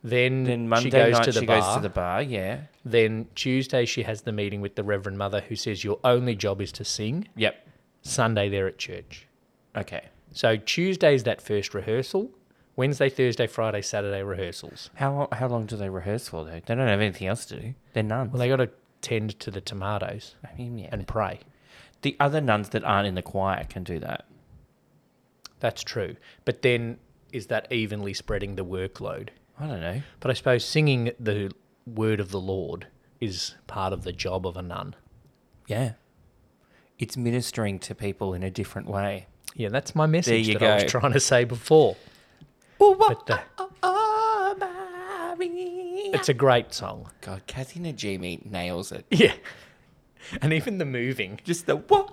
Then,
Then Monday
she goes
night
to the
she
bar.
goes to the bar. Yeah.
Then Tuesday she has the meeting with the Reverend Mother, who says your only job is to sing.
Yep.
Sunday they're at church.
Okay.
So Tuesday's that first rehearsal. Wednesday, Thursday, Friday, Saturday rehearsals.
How lo- how long do they rehearse for though? They don't have anything else to do. They're nuns.
Well, they got to tend to the tomatoes
I mean, yeah.
and pray.
the other nuns that aren't in the choir can do that.
That's true. But then is that evenly spreading the workload?
I don't know.
But I suppose singing the word of the Lord is part of the job of a nun.
Yeah. It's ministering to people in a different way.
Yeah, that's my message
you
that I
go.
was trying to say before. But the, it's a great song.
God, Kathy Najimy nails it.
Yeah. And even the moving.
Just the what?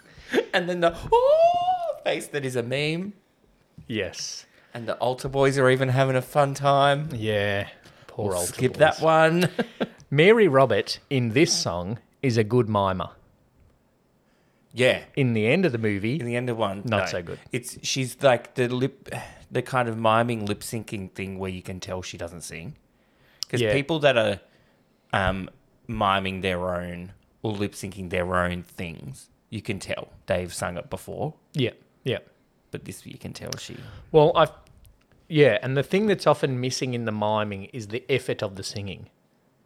and then the oh, face that is a meme.
Yes.
And the altar boys are even having a fun time.
Yeah. Poor old
Skip that one.
Mary Robert in this song is a good mimer.
yeah.
In the end of the
In
movie,
the end of one,
Not so good.
It's she's like the lip, the kind of miming lip syncing thing where you can tell she doesn't sing, because
Yeah.
people that are um, miming their own or lip syncing their own things, you can tell they've sung it before.
yeah, yeah.
But this you can tell she.
Well, I, yeah, and the thing that's often missing in the miming is the effort of the singing,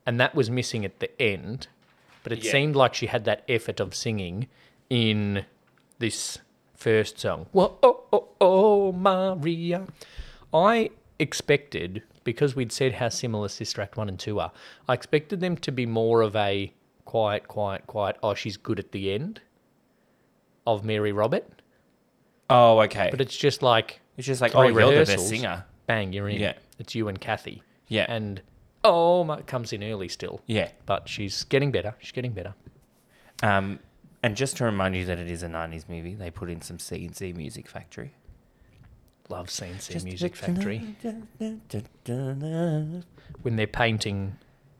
and that was missing at the end, but it
Yeah.
seemed like she had that effort of singing in this first song. Whoa, oh, oh, oh, Maria, I expected because we'd said how similar Sister Act One and Two are. I expected them to be more of a quiet, quiet, quiet. Oh, she's good at the end of Mary Robert,
Oh, okay.
but it's just like
it's just like oh,
three
you're the best
rehearsals.
singer.
bang, you're in.
Yeah.
It's you and Kathy.
Yeah.
And oh my comes in early still.
Yeah.
But she's getting better. She's getting better.
Um, and just to remind you that it is a '90s movie, they put in some C and C Music Factory.
Love CNC
Just-
Music Factory. When they're painting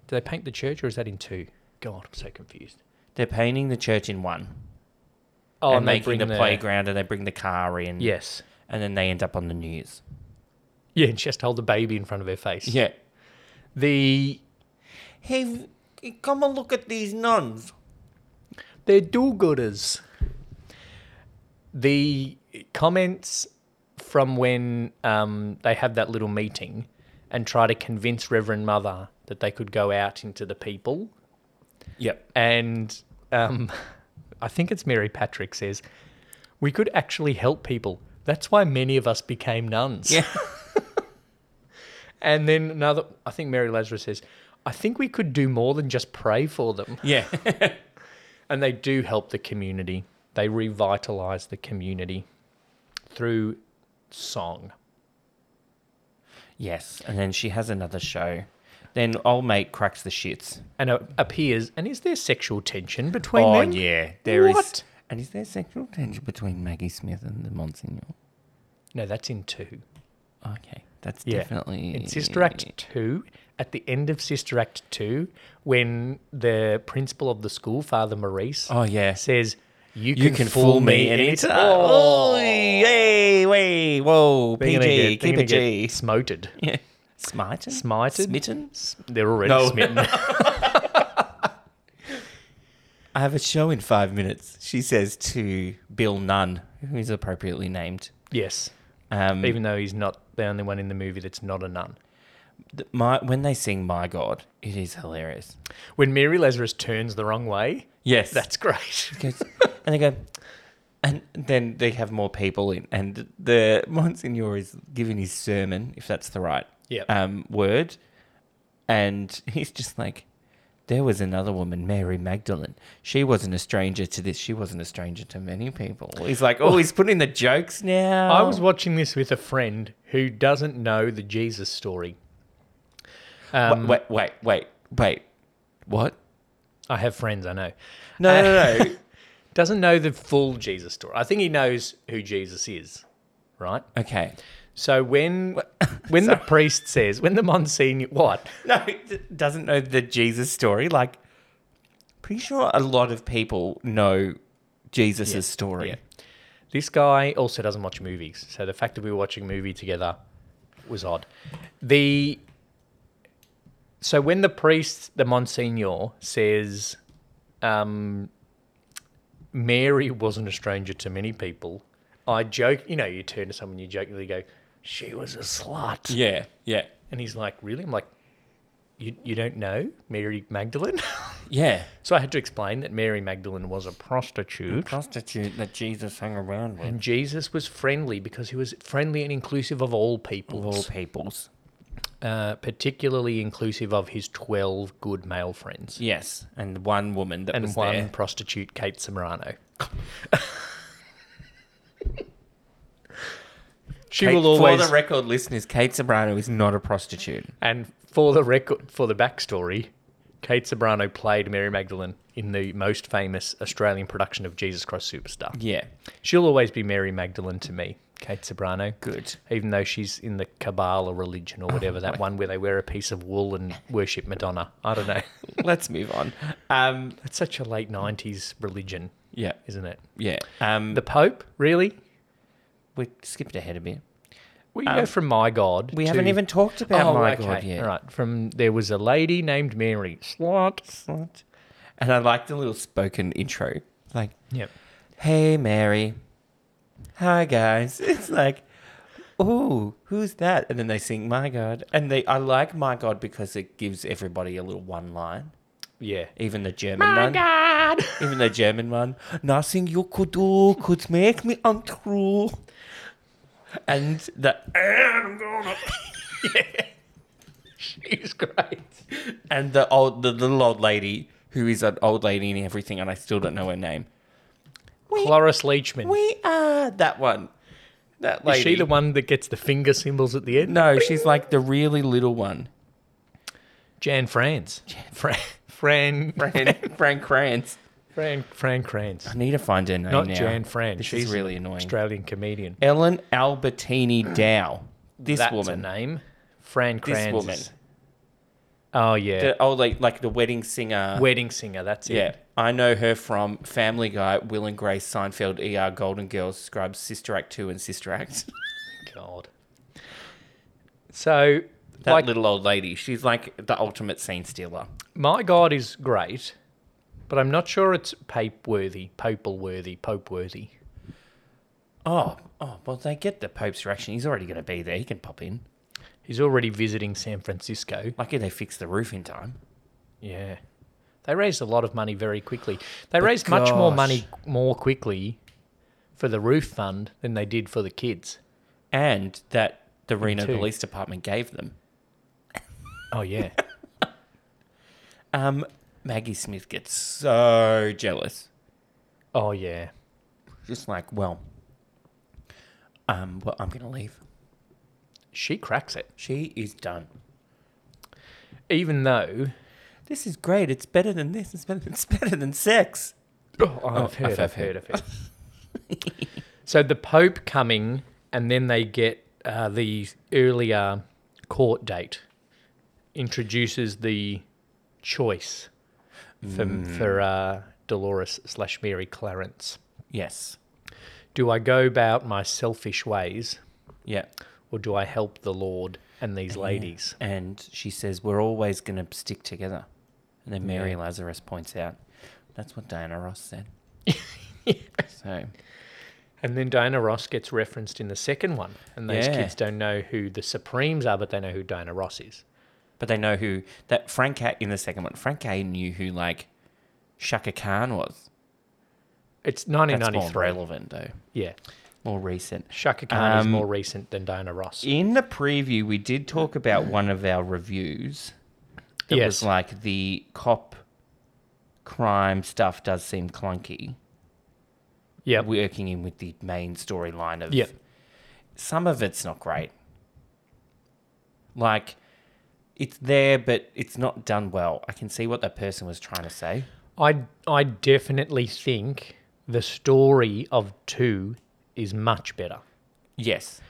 do they paint the church or is that in two? God, I'm so confused.
They're painting the church in one.
Oh,
and making the, playground and they bring the car in.
Yes.
And then they end up on the news.
Yeah, and she has to hold the baby in front of her face.
Yeah.
The
Hey, come and look at these nuns.
They're do gooders. The comments from when um, they have that little meeting and try to convince Reverend Mother that they could go out into the people.
Yep.
And um, I think it's Mary Patrick says, We could actually help people. That's why many of us became nuns.
Yeah.
and then another, I think Mary Lazarus says, I think we could do more than just pray for them.
Yeah.
And they do help the community. They revitalize the community through song.
yes. And then she has another show. Then old mate cracks the shits.
And it appears, and is there sexual tension between
oh
them?
yeah, there is.
What?
And is there sexual tension between Maggie Smith and the Monsignor?
No, that's in two.
Okay, that's
Yeah.
definitely
In Sister Act 2, at the end of Sister Act 2, when the principal of the school, Father Maurice,
Oh yeah,
says, you can,
you can fool me
any
anytime.
time."
Oh, hey, wait, whoa,
They're gonna
PG,
get- they're
keep it
gonna
G.
get Smoted.
Yeah. Smited?
Smited?
Smitten?
S- They're already
No.
smitten.
I have a show in five minutes, she says to Bill Nunn, who is appropriately named.
yes.
Um,
Even though he's not the only one in the movie that's not a nun.
th- my, when they sing My God, it is hilarious.
When Mary Lazarus turns the wrong way,
Yes.
that's great.
Goes- and they go, and then they have more people in, and the Monsignor is giving his sermon, if that's the right
Yep.
um, word, and he's just like, there was another woman, Mary Magdalene. She wasn't a stranger to this. She wasn't a stranger to many people. He's like, oh, he's putting the jokes now.
I was watching this with a friend who doesn't know the Jesus story. Um,
wait, wait, wait, wait. What?
Uh, I have friends, I know.
No, no, no.
Doesn't know the full Jesus story. I think he knows who Jesus is, right?
okay.
So when when the priest says, when the Monsignor, what?
No, d- doesn't know the Jesus story. Like, pretty sure a lot of people know Jesus' story.
yeah. This guy also doesn't watch movies, so the fact that we were watching a movie together was odd. The so when the priest, the Monsignor, says, um, "Mary wasn't a stranger to many people," I joke. You know, you turn to someone, you jokingly go, "She was a slut,"
Yeah, yeah,
and he's like, "Really?" I'm like, "You you don't know Mary Magdalene?"
yeah.
so I had to explain that Mary Magdalene was a prostitute.
Prostitute that Jesus hung around with.
And Jesus was friendly because he was friendly and inclusive of all
Of all
people,
peoples.
uh, particularly inclusive of his 12 good male friends
Yes, and the one woman that
and
was
one
there.
prostitute, Kate Zamorano. she
Kate-
will always.
For the record, listeners, Kate Sobrano is not a prostitute.
and for the record, for the backstory, Kate Zamorano played Mary Magdalene in the most famous Australian production of Jesus Christ Superstar.
Yeah,
She'll always be Mary Magdalene to me, Kate Sobrano.
good.
even though she's in the Kabbalah religion
Oh
or whatever, that one where they wear a piece of wool and worship Madonna. I don't know.
Let's move on. Um,
That's such a late 90s religion,
yeah,
isn't it?
yeah. Um,
The Pope, really?
we skipped ahead a bit.
We go from my God.
Um, We
to-
haven't even talked about
Oh,
my
okay.
god yet.
All right. From there was a lady named Mary Slot.
Excellent. And I like the little spoken intro. Like,
Yep.
hey, Mary. Hi, guys. It's like, ooh, who's that? And then they sing My God. And they, I like My God because it gives everybody a little one line.
Yeah.
Even the German
My
one.
God.
Even the German one. Nothing you could do could make me untrue. And the,
She's great.
and the old, the little old lady who is an old lady and everything, and I still don't know her name. We
Cloris Leachman.
We are that one. That lady.
Is she the one that gets the finger symbols at the end?
No, she's like the really little one.
Jan Franz. Jan Fran. Fran.
Fran, Fran Kranz.
Fran. Fran Kranz.
I need to find her name
Not
now.
Jan Fran.
This
She's
is really annoying.
Australian comedian.
Ellen Albertini Dow. This
That's
woman.
a name. Fran
This
Kranz.
woman.
Oh yeah.
The old like, like the wedding singer.
Wedding singer. That's it.
yeah. I know her from Family Guy, Will and Grace, Seinfeld, ER, Golden Girls, Scrubs, Sister Act 2 and Sister Act.
God. So,
that
like,
little old lady. She's like the ultimate scene stealer.
my God is great, but I'm not sure it's Pope worthy, Popal worthy, Pope worthy.
Oh, oh, well, they get the Pope's reaction. He's already going to be there. He can pop in.
He's already visiting San Francisco.
Lucky they fixed the roof in time.
Yeah. They raised a lot of money very quickly. They raised much more
gosh.
money more quickly for the roof fund than they did for the kids.
and that the Reno
too.
Police Department gave them.
Oh yeah.
Um, Maggie Smith gets so jealous.
Oh yeah.
Just like, well, um, well, I'm gonna leave.
She cracks it.
She is done.
Even though
This is great. It's better than this. It's better. It's better than sex.
Oh, I've heard, I've,
I've
heard, I've heard. so the Pope coming, and then they get uh, the earlier court date introduces the choice for, for uh, Dolores slash Mary Clarence.
Yes.
Do I go about my selfish ways,
Yeah.
or do I help the Lord and these ladies?
And she says, We're always going to stick together. And then Mary Lazarus points out, That's what Diana Ross said. So,
And then Diana Ross gets referenced in the second one, and those
Yeah.
kids don't know who the Supremes are, but they know who Diana Ross is.
but they know who that Frank K in the second one, Frank K knew who like Shaka Khan was.
It's
That's more
1993.
relevant though,
Yeah.
more recent.
Shaka Khan is
Um,
more recent than Diana Ross.
In the preview, we did talk about one of our reviews. That
Yes.
was like the cop crime stuff does seem clunky.
Yeah.
working in with the main storyline of
Yep.
some of it's not great. Like it's there but it's not done well. I can see what that person was trying to say.
I I definitely think the story of two is much better.
Yes.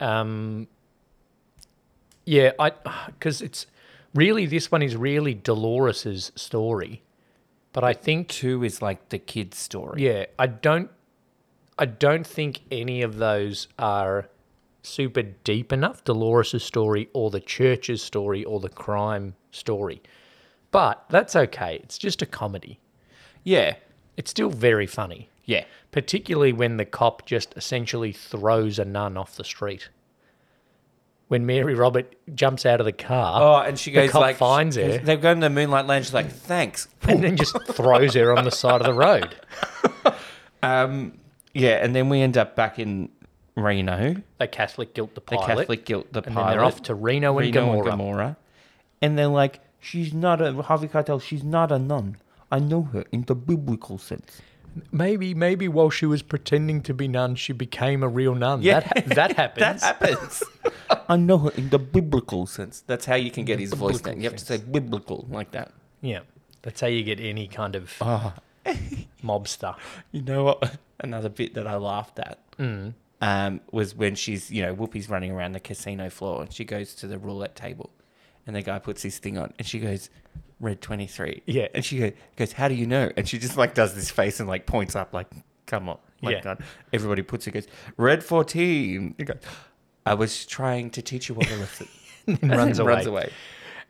Um, yeah, I because it's really this one is really Dolores's story, but I think
Two is like the kid's story.
yeah, I don't I don't think any of those are super deep enough. Dolores's story or the church's story or the crime story, but that's okay. It's just a comedy.
Yeah.
It's still very funny,
Yeah.
particularly when the cop just essentially throws a nun off the street. When Mary Robert jumps out of the car
Oh, and she
The
goes
cop
like
finds her.
They've gone to Moonlight Land. She's like, "Thanks."
and then just throws her on the side of the road.
Um, Yeah, and then we end up back in Reno.
The Catholic guilt the
The
pilot.
Catholic guilt. The
and
pilot.
then they're off to Reno and
Reno
Gomorrah.
and Gamora. And they're like, she's not a Harvey Keitel. She's not a nun. I know her in the biblical sense.
Maybe, maybe while she was pretending to be nun, she became a real nun.
Yeah.
That, that happens.
That happens. I know her in the biblical sense. That's how you can get his voice
biblical
down. You have to say biblical like that.
yeah, that's how you get any kind of
Ah.
mobster.
You know what? Another bit that I laughed at
Mm.
um, was when she's, you know, Whoopi's running around the casino floor and she goes to the roulette table and the guy puts his thing on and she goes, red 23.
Yeah.
And she go- goes, how do you know? And she just like does this face and like points up like, come on. My
Yeah.
God. Everybody puts it, goes, red 14. You go, I was trying to teach you what a lesson.
And runs away.
Runs away.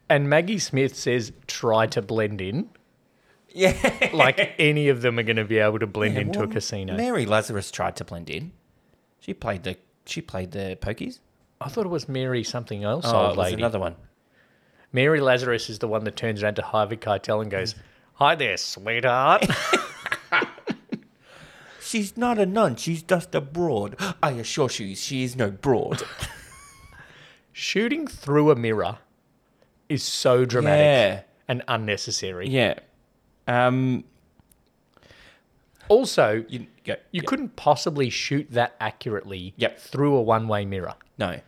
And Maggie Smith says, "Try to blend in."
Yeah.
like any of them are going to be able to blend
Yeah,
into
well,
a casino.
Mary Lazarus tried to blend in. She played the, she played the pokies.
I thought it was Mary something else,
Oh,
old
it was
lady.
another one.
Mary Lazarus is the one that turns around to Harvey Keitel and
Mm.
goes, "Hi there, sweetheart."
She's not a nun. She's just a broad. I assure you, she is no broad.
Shooting through a mirror is so dramatic
yeah,
and unnecessary.
yeah. Um,
Also,
you, yeah,
you
yeah.
couldn't possibly shoot that accurately
Yep.
through a one-way mirror
no.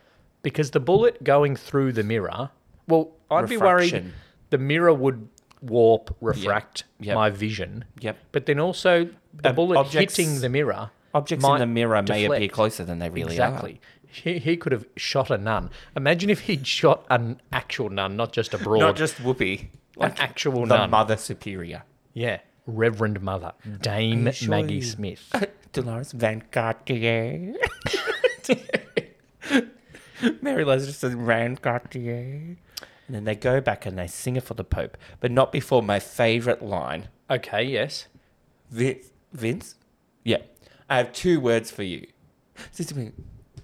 because the bullet going through the mirror. Well, I'd be worried
Refraction.
the mirror would warp, refract
Yep.
my vision.
Yep.
But then also the
Um,
bullet
objects-
hitting the mirror.
Objects
might
in the mirror may appear
deflect.
closer than they really
Exactly. He, he could have shot a nun. Imagine if he'd shot an actual nun, not just a
are.
broad,
Not just Whoopi.
an actual
the
nun.
Mother Superior.
yeah, Reverend Mother, Dame
sure
Maggie
you-
Smith.
Dolores Van Cartier. Mary Lazarus and Rand Cartier. And then they go back and they sing it for the Pope, but not before my favourite line.
Okay, yes.
Vince, Vince? Yeah. I have two words for you. Sister Mary,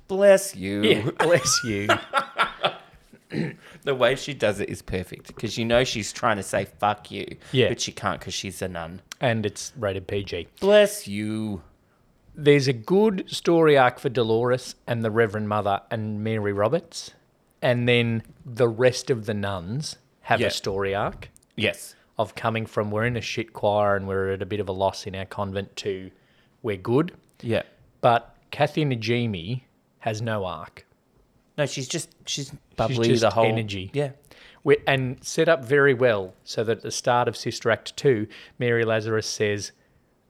bless you.
Yeah, bless you.
The way she does it is perfect because you know she's trying to say fuck you,
Yeah.
but she can't because she's a nun.
and it's rated PG.
Bless you.
There's a good story arc for Dolores and the Reverend Mother and Mary Roberts, and then the rest of the nuns have
Yeah.
a story arc.
Yes.
of coming from we're in a shit choir and we're at a bit of a loss in our convent to we're good.
Yeah.
But Kathy Najimy has no arc.
No, she's just she's bubbly
just
the whole
energy.
Yeah.
We, and set up very well so that at the start of Sister Act 2, Mary Lazarus says,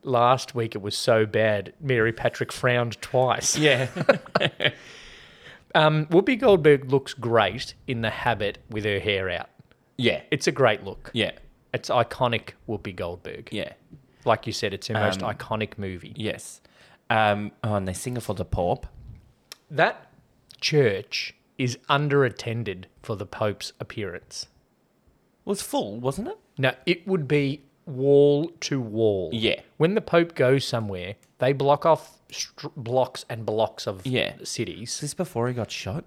Last week it was so bad, Mary Patrick frowned twice.
Yeah.
Um, Whoopi Goldberg looks great in the habit with her hair out.
yeah.
It's a great look.
Yeah.
It's iconic Whoopi Goldberg.
Yeah.
Like you said, it's her most
Um,
iconic movie.
Yes. Um, oh, and they sing it for the Pope.
That church is underattended for the Pope's appearance.
was full, wasn't it?
Now, it would be wall to wall.
Yeah.
When the Pope goes somewhere, they block off str- blocks and blocks of
Yeah.
cities.
Is this before he got shot?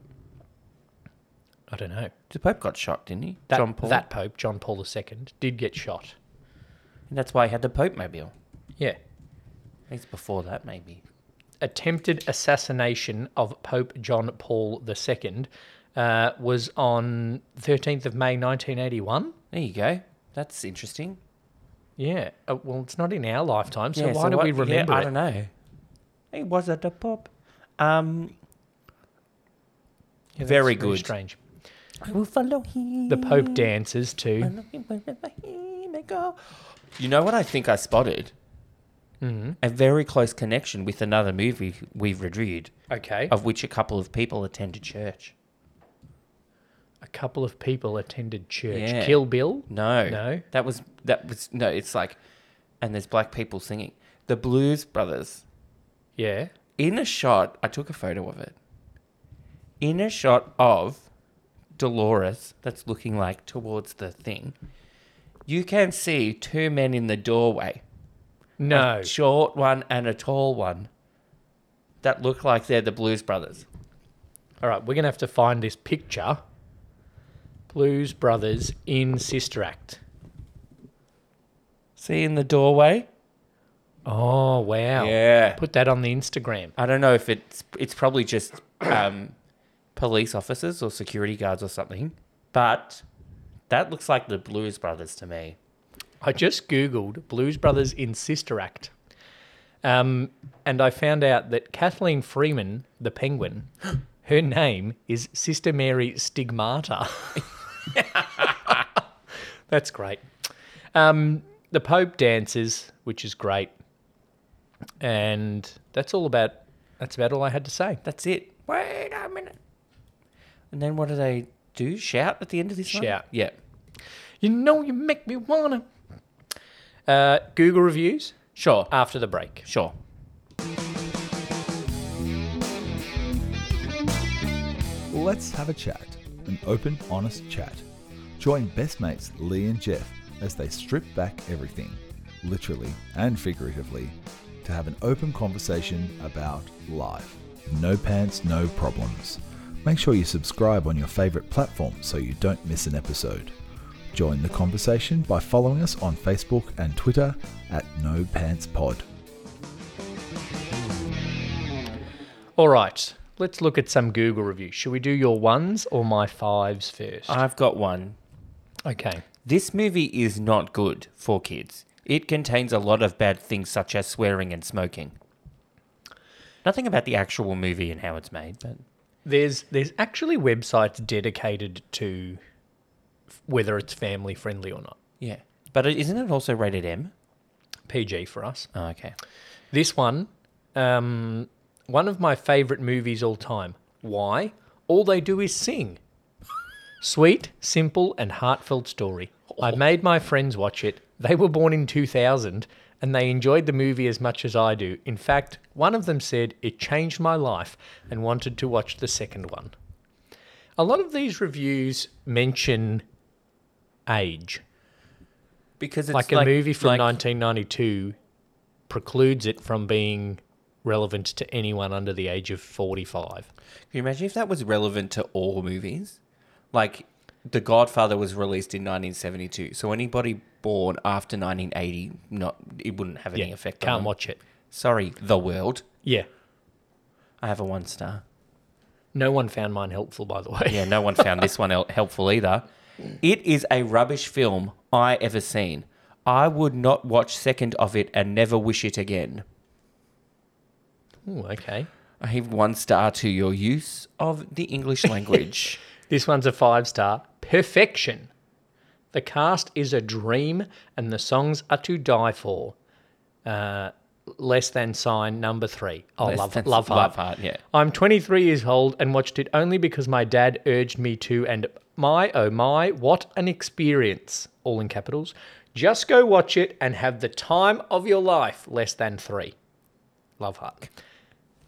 I don't know.
The Pope got shot, didn't he?
That,
John Paul.
That Pope, John Paul II, did get shot.
And that's why he had the Pope mobile.
Yeah.
I think it's before that, maybe.
attempted assassination of Pope John Paul II uh, was on 13th of May 1981.
There you go. That's interesting.
Yeah. Uh, well, it's not in our lifetime, so
Yeah,
why
so
do
what-
we
yeah,
remember
I
it?
don't know. Hey, was it the Pope? Um,
Yeah, that's
Very good.
strange.
I will follow him.
The Pope dances too.
Follow him wherever he may go. You know what I think I spotted?
hmm
A very close connection with another movie we've reviewed,
Okay.
of which a couple of people attended church.
A couple of people attended church.
Yeah.
Kill Bill?
No.
No?
That was that was no, it's like and there's black people singing. The Blues Brothers.
Yeah.
In a shot, I took a photo of it. In a shot of Dolores that's looking like towards the thing, you can see two men in the doorway.
No.
A short one and a tall one. That look like they're the Blues Brothers. Oh.
All right, we're going to have to find this picture. Blues Brothers in Sister Act.
See in the doorway?
Oh, wow.
Yeah.
Put that on the Instagram.
I don't know if it's it's probably just um, police officers or security guards or something, but that looks like the Blues Brothers to me.
I just Googled Blues Brothers in Sister Act. Um, and I found out that Kathleen Freeman, the penguin, her name is Sister Mary Stigmata. That's great. Um, the Pope dances, which is great. And that's all about that's about all I had to say.
That's it. Wait a minute. And then what do they do? Shout at the end of this? one?
Shout.
Yeah.
You know you make me wanna uh, Google reviews
Sure.
after the break.
sure.
Let's have a chat, an open, honest chat. Join best mates Lee and Jeff as they strip back everything, literally and figuratively, to have an open conversation about life. No pants, no problems. Make sure you subscribe on your favourite platform so you don't miss an episode. Join the conversation by following us on Facebook and Twitter at No Pants Pod.
All right, let's look at some Google reviews. Should we do your ones or my fives first?
I've got one.
okay.
This movie is not good for kids. It contains a lot of bad things such as swearing and smoking. Nothing about the actual movie and how it's made, but
There's there's actually websites dedicated to f- whether it's family friendly or not.
yeah. But isn't it also rated M?
PG for us.
Oh, okay.
This one, um, one of my favorite movies all time. Why? All they do is sing. Sweet, simple, and heartfelt story. I made my friends watch it. They were born in 2000 and they enjoyed the movie as much as I do. In fact, one of them said it changed my life and wanted to watch the second one. A lot of these reviews mention age
Because it's
like, a movie from 1992 precludes it from being relevant to anyone under the age of 45.
Can you imagine if that was relevant to all movies? Like, The Godfather was released in 1972, so anybody born after 1980, not it wouldn't have any
Yeah,
effect. on
can't
them.
watch it.
Sorry, the world.
Yeah.
I have a one star.
No one found mine helpful, by the way.
Yeah, no one found this one el- helpful either. It is a rubbish film I ever seen. I would not watch second of it and never wish it again.
Ooh, okay.
I have one star to your use of the English language.
This one's a five star. Perfection. The cast is a dream and the songs are to die for. Uh, less than sign number three. Oh,
Less
love,
than-
love, heart.
Love Heart, yeah.
I'm 23 years old and watched it only because my dad urged me to, and my, oh my, what an experience. All in capitals. Just go watch it and have the time of your life. Less than three. Love heart.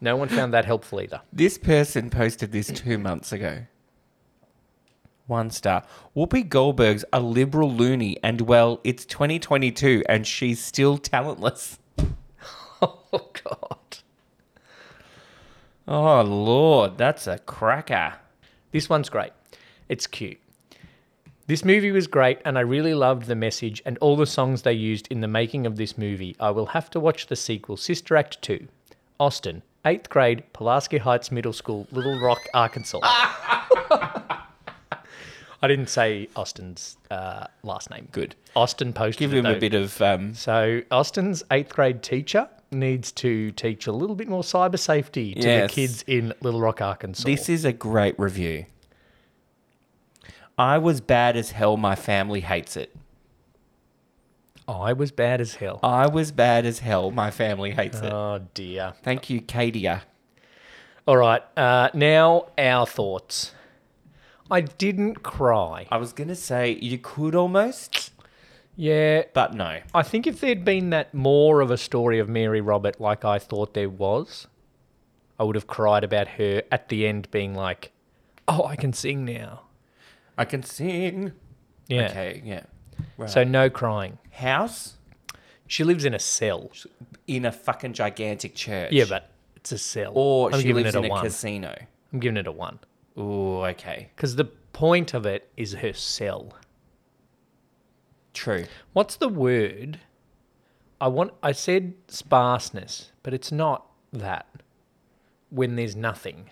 No one found that helpful either.
This person posted this two months ago. One star. Whoopi Goldberg's a liberal loony, and well, it's 2022 and she's still talentless.
Oh, God.
Oh, Lord, that's a cracker.
This one's great. It's cute. This movie was great, and I really loved the message and all the songs they used in the making of this movie. I will have to watch the sequel, Sister Act 2. Austin, 8th grade, Pulaski Heights Middle School, Little Rock, Arkansas. I didn't say Austin's uh, last name. Good. Austin posted
Give
it,
him a
though.
bit of. Um,
So Austin's eighth grade teacher needs to teach a little bit more cyber safety to
Yes.
the kids in Little Rock, Arkansas.
this is a great review. I was bad as hell. My family hates it.
I was bad as hell.
I was bad as hell. My family hates it.
Oh dear.
Uh, Thank you, Kadia.
All right. Uh, now our thoughts. I didn't cry.
I was going to say you could almost,
Yeah.
but no.
I think if there'd been that more of a story of Mary Robert like I thought there was, I would have cried about her at the end being like, "Oh, I can sing now."
I can sing.
Yeah.
Okay, yeah. Right.
So no crying.
house
She lives in a cell.
in a fucking gigantic church.
Yeah, but it's a cell.
or
I'm
she
giving
lives
it
in a
one.
casino.
I'm giving it a one
Ooh, okay.
because the point of it is her cell.
True.
What's the word? I want. I said sparseness, but it's not that. When there's nothing.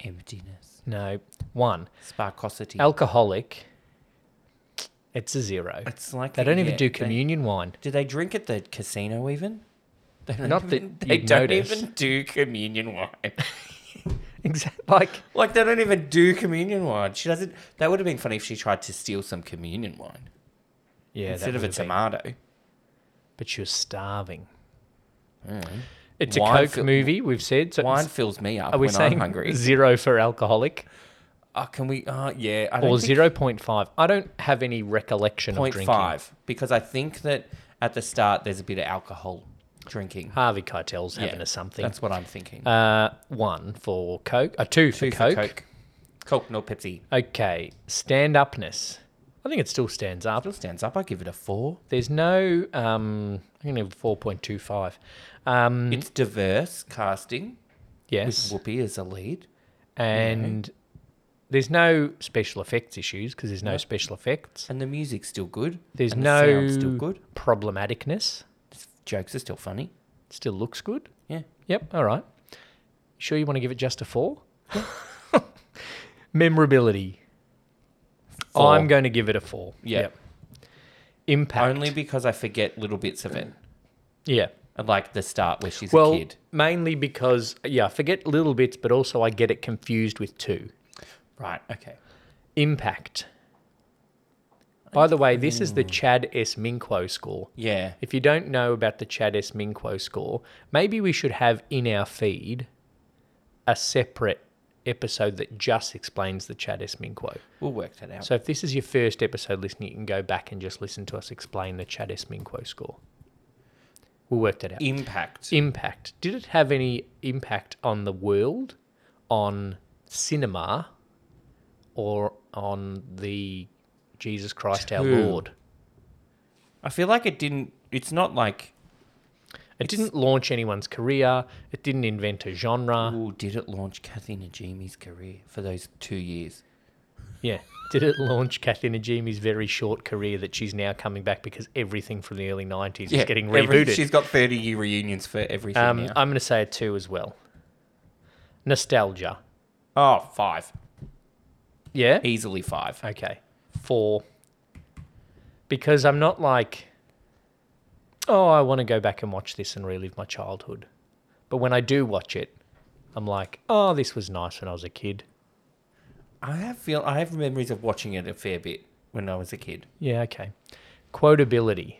Emptiness.
No. One.
Sparkosity.
Alcoholic. It's a zero.
it's like
they don't
yeah,
even do
they-
communion wine.
do they drink at the casino even? They don't
Not that
even, they
you'd
don't
notice.
even do communion wine.
Exactly. Like
like they don't even do communion wine. She doesn't. That would have been funny if she tried to steal some communion wine
yeah. that
instead of a
would've been-
tomato.
But she was starving. It's a
Mm. Wine
Coke
fil-
movie. We've said. So
Wine fills me up
Are we
when
saying
I'm hungry.
zero for alcoholic
Oh, can we? Uh, yeah. I don't
or
think-
zero point five? I don't have any recollection of
Point
drinking.
five because I think that at the start there's a bit of alcohol drinking.
Harvey Keitel's having
Yeah,
a something.
That's what I'm thinking.
Uh, one for Coke. A two,
Two
for, Coke.
Coke. Coke, no Pepsi.
Okay, stand upness. I think it still stands up.
Still stands up. I give it a four.
There's no. Um, I'm gonna give four point two five. Um,
It's diverse casting with
yes,
Whoopi as a lead.
and there's no special effects issues because there's no special effects.
And the music's still good.
There's
and
no
The sound's still good.
problematicness.
The jokes are still funny.
Still looks good.
Yeah.
Yep. All right. Sure, you want to give it just a four? Memorability.
Four.
I'm going to give it a four.
Yeah.
Impact.
Only because I forget little bits of it.
Yeah.
I Like the start where she's
Well,
a kid.
mainly because yeah, I forget little bits, but also I get it confused with two.
Right. Okay.
Impact. By the way, this is the
Mm.
Chad S. Minquo score.
Yeah.
If you don't know about the Chad S. Minquo score, maybe we should have in our feed a separate episode that just explains the Chad S. Minquo.
We'll work that out.
So if this is your first episode listening, you can go back and just listen to us explain the Chad S. Minquo score. We'll work that out.
Impact.
Impact. Did it have any impact on the world, on cinema, or on the Jesus Christ our
Two.
Lord?
I feel like it didn't. It's not like.
It didn't launch anyone's career. It didn't invent a genre.
Ooh, did it launch Kathy Najimy's career for those two years?
Yeah. Did it launch Kathy Najimy's very short career that she's now coming back because everything from the early 90s is getting rebooted?
every- she's got 30 year reunions for everything
um,
now.
I'm going to say a two as well. Nostalgia.
Oh, five.
Yeah?
Easily five.
Okay. for because I'm not like, oh, I want to go back and watch this and relive my childhood. But when I do watch it, I'm like, oh, this was nice when I was a kid.
I have feel I have memories of watching it a fair bit when I was a kid.
Yeah, okay. Quotability.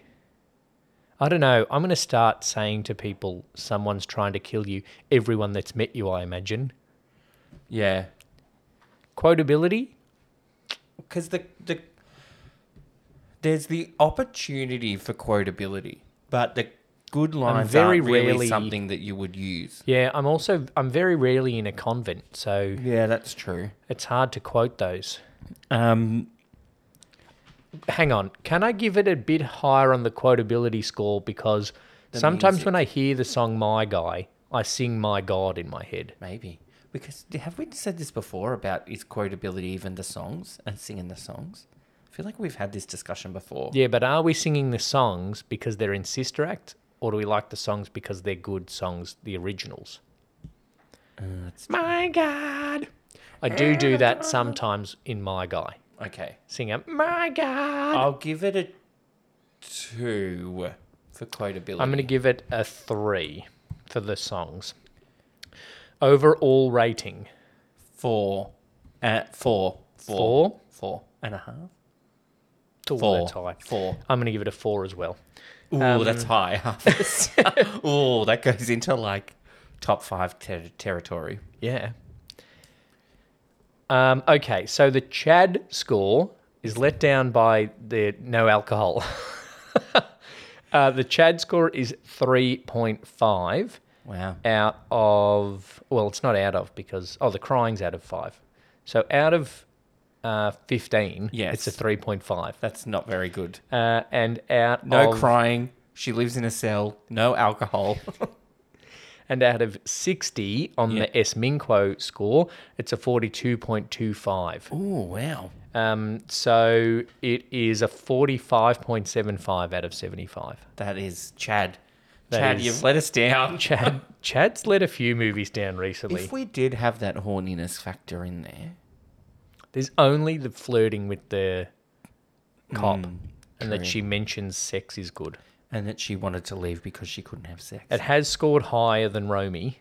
I don't know. I'm going to start saying to people, someone's trying to kill you. Everyone that's met you, I imagine.
Yeah,
Quotability?
because the the there's the opportunity for quotability, but the good lines very
very
aren't really
rarely-
something that you would use.
Yeah, I'm also, I'm very rarely in a convent, so
Yeah, that's true.
it's hard to quote those.
Um,
Hang on. Can I give it a bit higher on the quotability score? Because sometimes
music.
when I hear the song My Guy, I sing My God in my head.
maybe because have we said this before about is quotability even the songs and singing the songs? I feel like we've had this discussion before.
Yeah, but are we singing the songs because they're in Sister Act, or do we like the songs because they're good songs, the originals?
Uh, that's
my God. I do do that sometimes in My Guy.
Okay,
Sing out, My God.
I'll give it a two for quotability.
I'm going to give it a three for the songs. Overall rating
four at four four
Four?
four and a half
to
four
all that type.
four.
I'm going to give it a four as well.
Ooh,
Um,
that's high. Harvest. Ooh, that goes into like top five ter- territory.
Yeah. Um, okay, so the Chad score is let down by the no alcohol. uh, the Chad score is 3.5
Wow.
out of, well, it's not out of because, oh, the crying's out of five. So out of uh, 15,
Yes.
it's a 3.5.
That's not very good.
Uh, and out
No
of,
crying. She lives in a cell. No alcohol.
and out of 60 on
Yeah.
the S Minquo score, it's a 42.25.
Ooh, wow.
Um, so it is a 45.75 out of 75.
That is Chad.
That
Chad,
is-
you've let us down.
Chad, Chad's let a few movies down recently.
If we did have that horniness factor in there,
There's only the flirting with the cop and
Hmm,
that
true.
she mentions sex is good.
and that she wanted to leave because she couldn't have sex.
It has scored higher than Romy,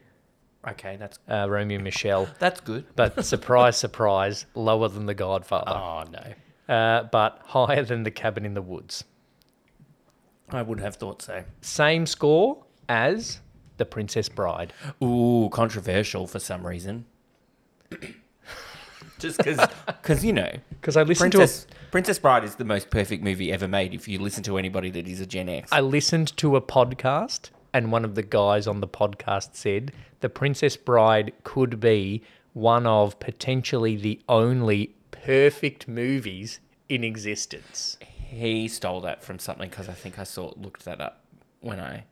Okay, that's
uh, Romeo and Michelle,
that's good.
but surprise, surprise, lower than The Godfather,
Oh no,
uh, but higher than The Cabin in the Woods.
I would have thought so.
Same score as The Princess Bride.
Ooh, controversial for some reason. Just because, you know,
Because I listened to a
Princess Princess Bride is the most perfect movie ever made. If you listen to anybody that is a Gen X,
I listened to a podcast, and one of the guys on the podcast said The Princess Bride could be one of potentially the only perfect movies in existence.
he stole that from something because I think I saw looked that up when I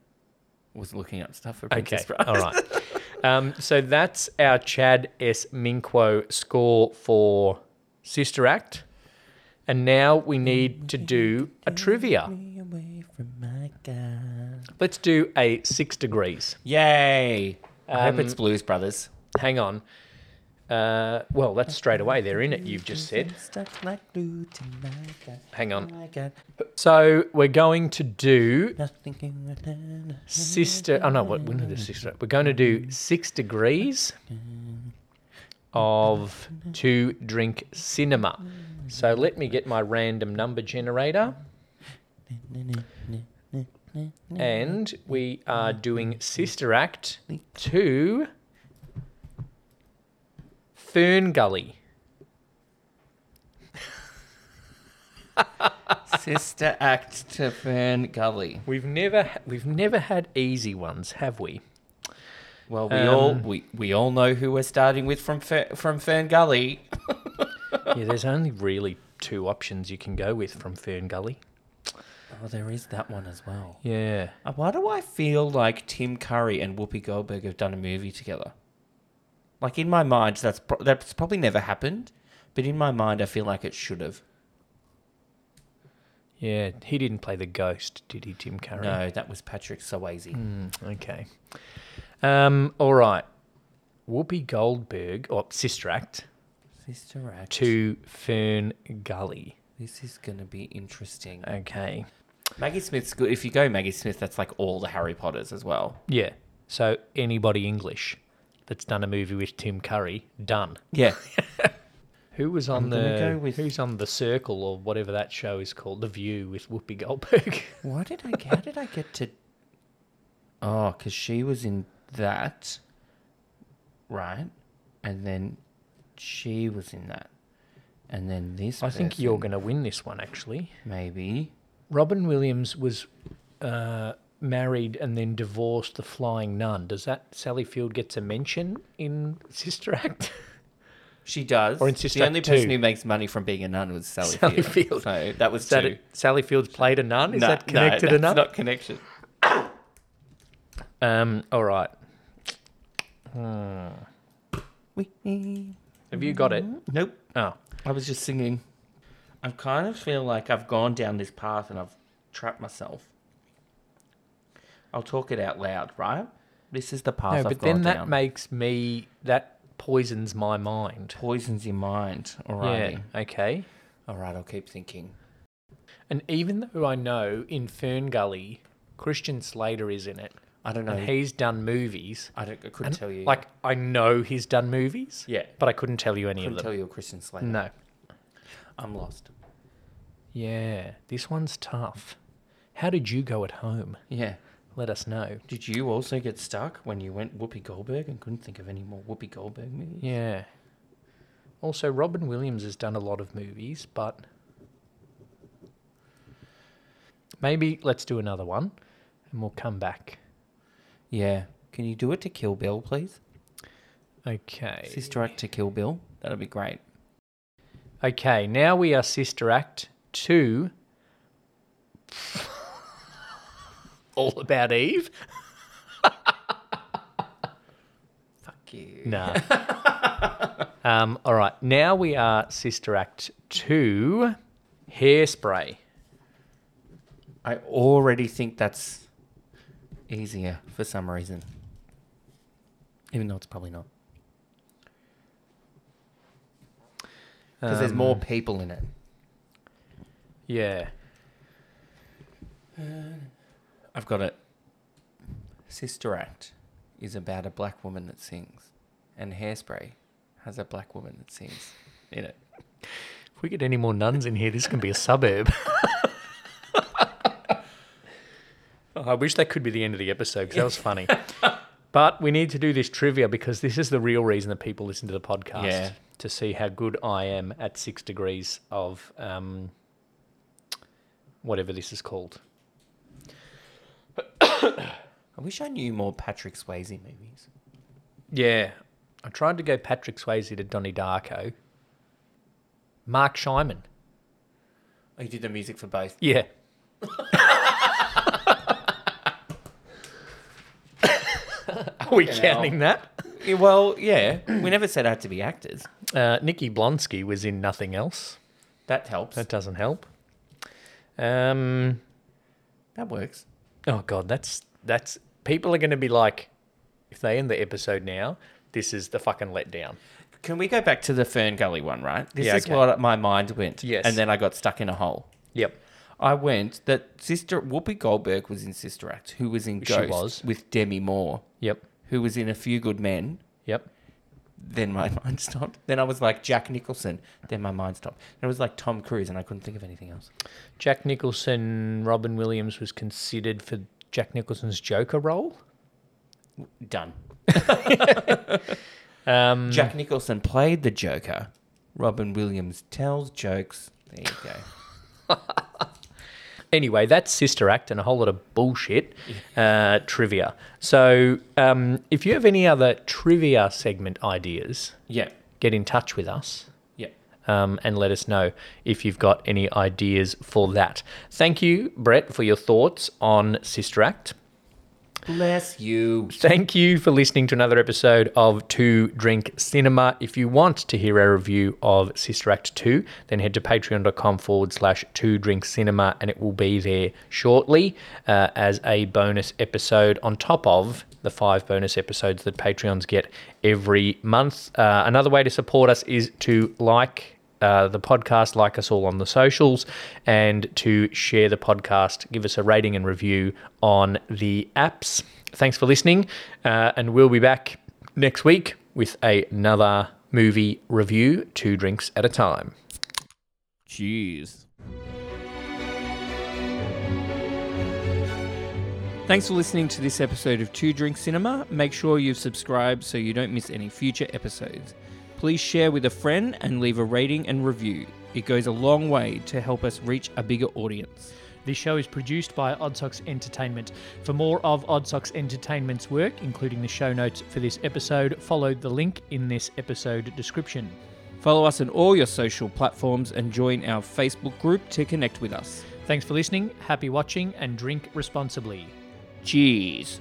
was looking up stuff for Princess
Okay,
Bride.
all right. Um, so that's our Chad S. Minquo score for Sister Act. And now we need to do a trivia.
Me away from my God.
Let's do a six degrees.
Yay! I hope it's Blues Brothers.
Hang on. Uh, well, that's straight away. They're in it, you've just said.
Stuck like glue to my God.
Hang on.
My God.
So we're going to do
Nothing can-
sister. Oh no, what we know the sister. We're going to do six degrees of two drink cinema. So let me get my random number generator, and we are doing Sister Act two. Fern Gully.
Sister Act to Fern Gully.
We've never we've never had easy ones, have we?
Well, we all we, we all know who we're starting with from Fer, from Fern Gully.
Yeah, there's only really two options you can go with from Fern Gully.
Oh, there is that one as well.
Yeah.
Uh, Why do I feel like Tim Curry and Whoopi Goldberg have done a movie together? Like in my mind, that's pro- that's probably never happened, but in my mind, I feel like it should have.
Yeah, he didn't play the ghost, did he, Tim Curry? Hmm,
No, that was Patrick Swayze.
Okay. Um, all right. Whoopi Goldberg, or Sister Act,
Sister Act.
to Fern Gully.
This is going to be interesting.
Okay.
Maggie Smith's good. If you go Maggie Smith, that's like all the Harry Potters as well.
Yeah. So anybody English that's done a movie with Tim Curry, done.
Yeah.
Who was on
gonna
the
go with-
Who's on the Circle or whatever that show is called, The View with Whoopi Goldberg?
Why did I? How did I get to? Oh, because she was in that, right? And then she was in that, and then this.
I think you're
person,
going to win this one actually.
maybe.
Robin Williams was uh, married and then divorced the Flying Nun. Does that Sally Field gets a mention in Sister Act?
She does.
Or in Sister
the only
Act
person
two.
who makes money from being a nun was Sally,
Sally
Field.
Field.
So that was
Is that
two.
it? Sally Fields played a nun? Is
No,
that connected
no,
enough?
That's not connection.
Um, all right.
Nope.
Have you got
Mm-hmm.
it? Oh,
I was just singing. I kind of feel like I've gone down this path and I've trapped myself. I'll talk it out loud, right? This is the path
no,
I've
but
gone
then that
down.
makes me that poisons my mind.
Poisons your mind. All right.
Yeah. Okay.
All right, I'll keep thinking.
And even though I know in Fern Gully, Christian Slater is in it,
I don't know.
and he's done movies.
I, don't, I couldn't
And,
tell you.
Like I know he's done movies.
Yeah.
But I couldn't tell you any
couldn't
of
tell
them.
you a Christian Slater.
No.
I'm lost.
Yeah. This one's tough. How did you go at home?
Yeah.
Let us know.
Did you also get stuck when you went Whoopi Goldberg and couldn't think of any more Whoopi Goldberg movies?
Yeah. Also, Robin Williams has done a lot of movies, but maybe let's do another one and we'll come back.
Yeah. Can you do it to Kill Bill, please?
Okay.
Sister Act to Kill Bill. That'd be great.
Okay, now we are Sister Act 2. All About Eve?
Fuck you.
Nah. um, all right, now we are Sister Act 2. Hairspray.
I already think that's easier for some reason. Even though it's probably not. Because there's
Um,
more people in it.
Yeah.
I've got it. Sister Act is about a black woman that sings, and Hairspray has a black woman that sings in it.
If we get any more nuns in here, this can be a suburb. Oh, I wish that could be the end of the episode because that was funny. but we need to do this trivia because this is the real reason that people listen to the podcast
Yeah.
to see how good I am at six degrees of um, whatever this is called.
I wish I knew more Patrick Swayze movies.
Yeah. I tried to go Patrick Swayze to Donnie Darko. Mark Shyman.
Oh, you did the music for both.
Yeah. Are we
Fucking
counting that?
Yeah, well, yeah. We never said I had to be actors.
Uh, Nikki Blonsky was in nothing else.
That helps.
That
That,
doesn't help. Um,
works.
oh god, that's that's people are going to be like, if they end the episode now, this is the fucking letdown.
Can we go back to the Fern Gully one, right? This
Yeah,
is
okay.
what my mind went.
Yes.
And then I got stuck in a hole.
Yep.
I went that Sister Whoopi Goldberg was in Sister Act, who was in
She
Ghost
was.
with Demi Moore,
Yep.
who was in A Few Good Men.
Yep.
Then my mind stopped. Then I was like Jack Nicholson. Then my mind stopped. And it was like Tom Cruise, and I couldn't think of anything else.
Jack Nicholson, Robin Williams was considered for Jack Nicholson's Joker role.
Done.
Um,
Jack Nicholson played the Joker. Robin Williams tells jokes. There you go.
Anyway, that's Sister Act and a whole lot of bullshit uh, trivia. So, um, if you have any other trivia segment ideas,
yeah.
get in touch with us
Yeah.
um, and let us know if you've got any ideas for that. Thank you, Brett, for your thoughts on Sister Act.
Bless you.
Thank you for listening to another episode of Two Drink Cinema. If you want to hear our review of Sister Act 2, then head to patreon.com forward slash Two Drink Cinema and it will be there shortly uh, as a bonus episode on top of the five bonus episodes that Patreons get every month. Uh, another way to support us is to like, uh, the podcast, like us all on the socials, and to share the podcast. Give us a rating and review on the apps. Thanks for listening, uh, and we'll be back next week with another movie review, two drinks at a time.
Jeez. Thanks for listening to this episode of Two Drink Cinema. Make sure you've subscribed so you don't miss any future episodes. Please share with a friend and leave a rating and review. It goes a long way to help us reach a bigger audience.
This show is produced by Oddsocks Entertainment. For more of Oddsocks Entertainment's work, including the show notes for this episode, follow the link in this episode description.
Follow us on all your social platforms and join our Facebook group to connect with us.
Thanks for listening, happy watching, and drink responsibly.
Cheers.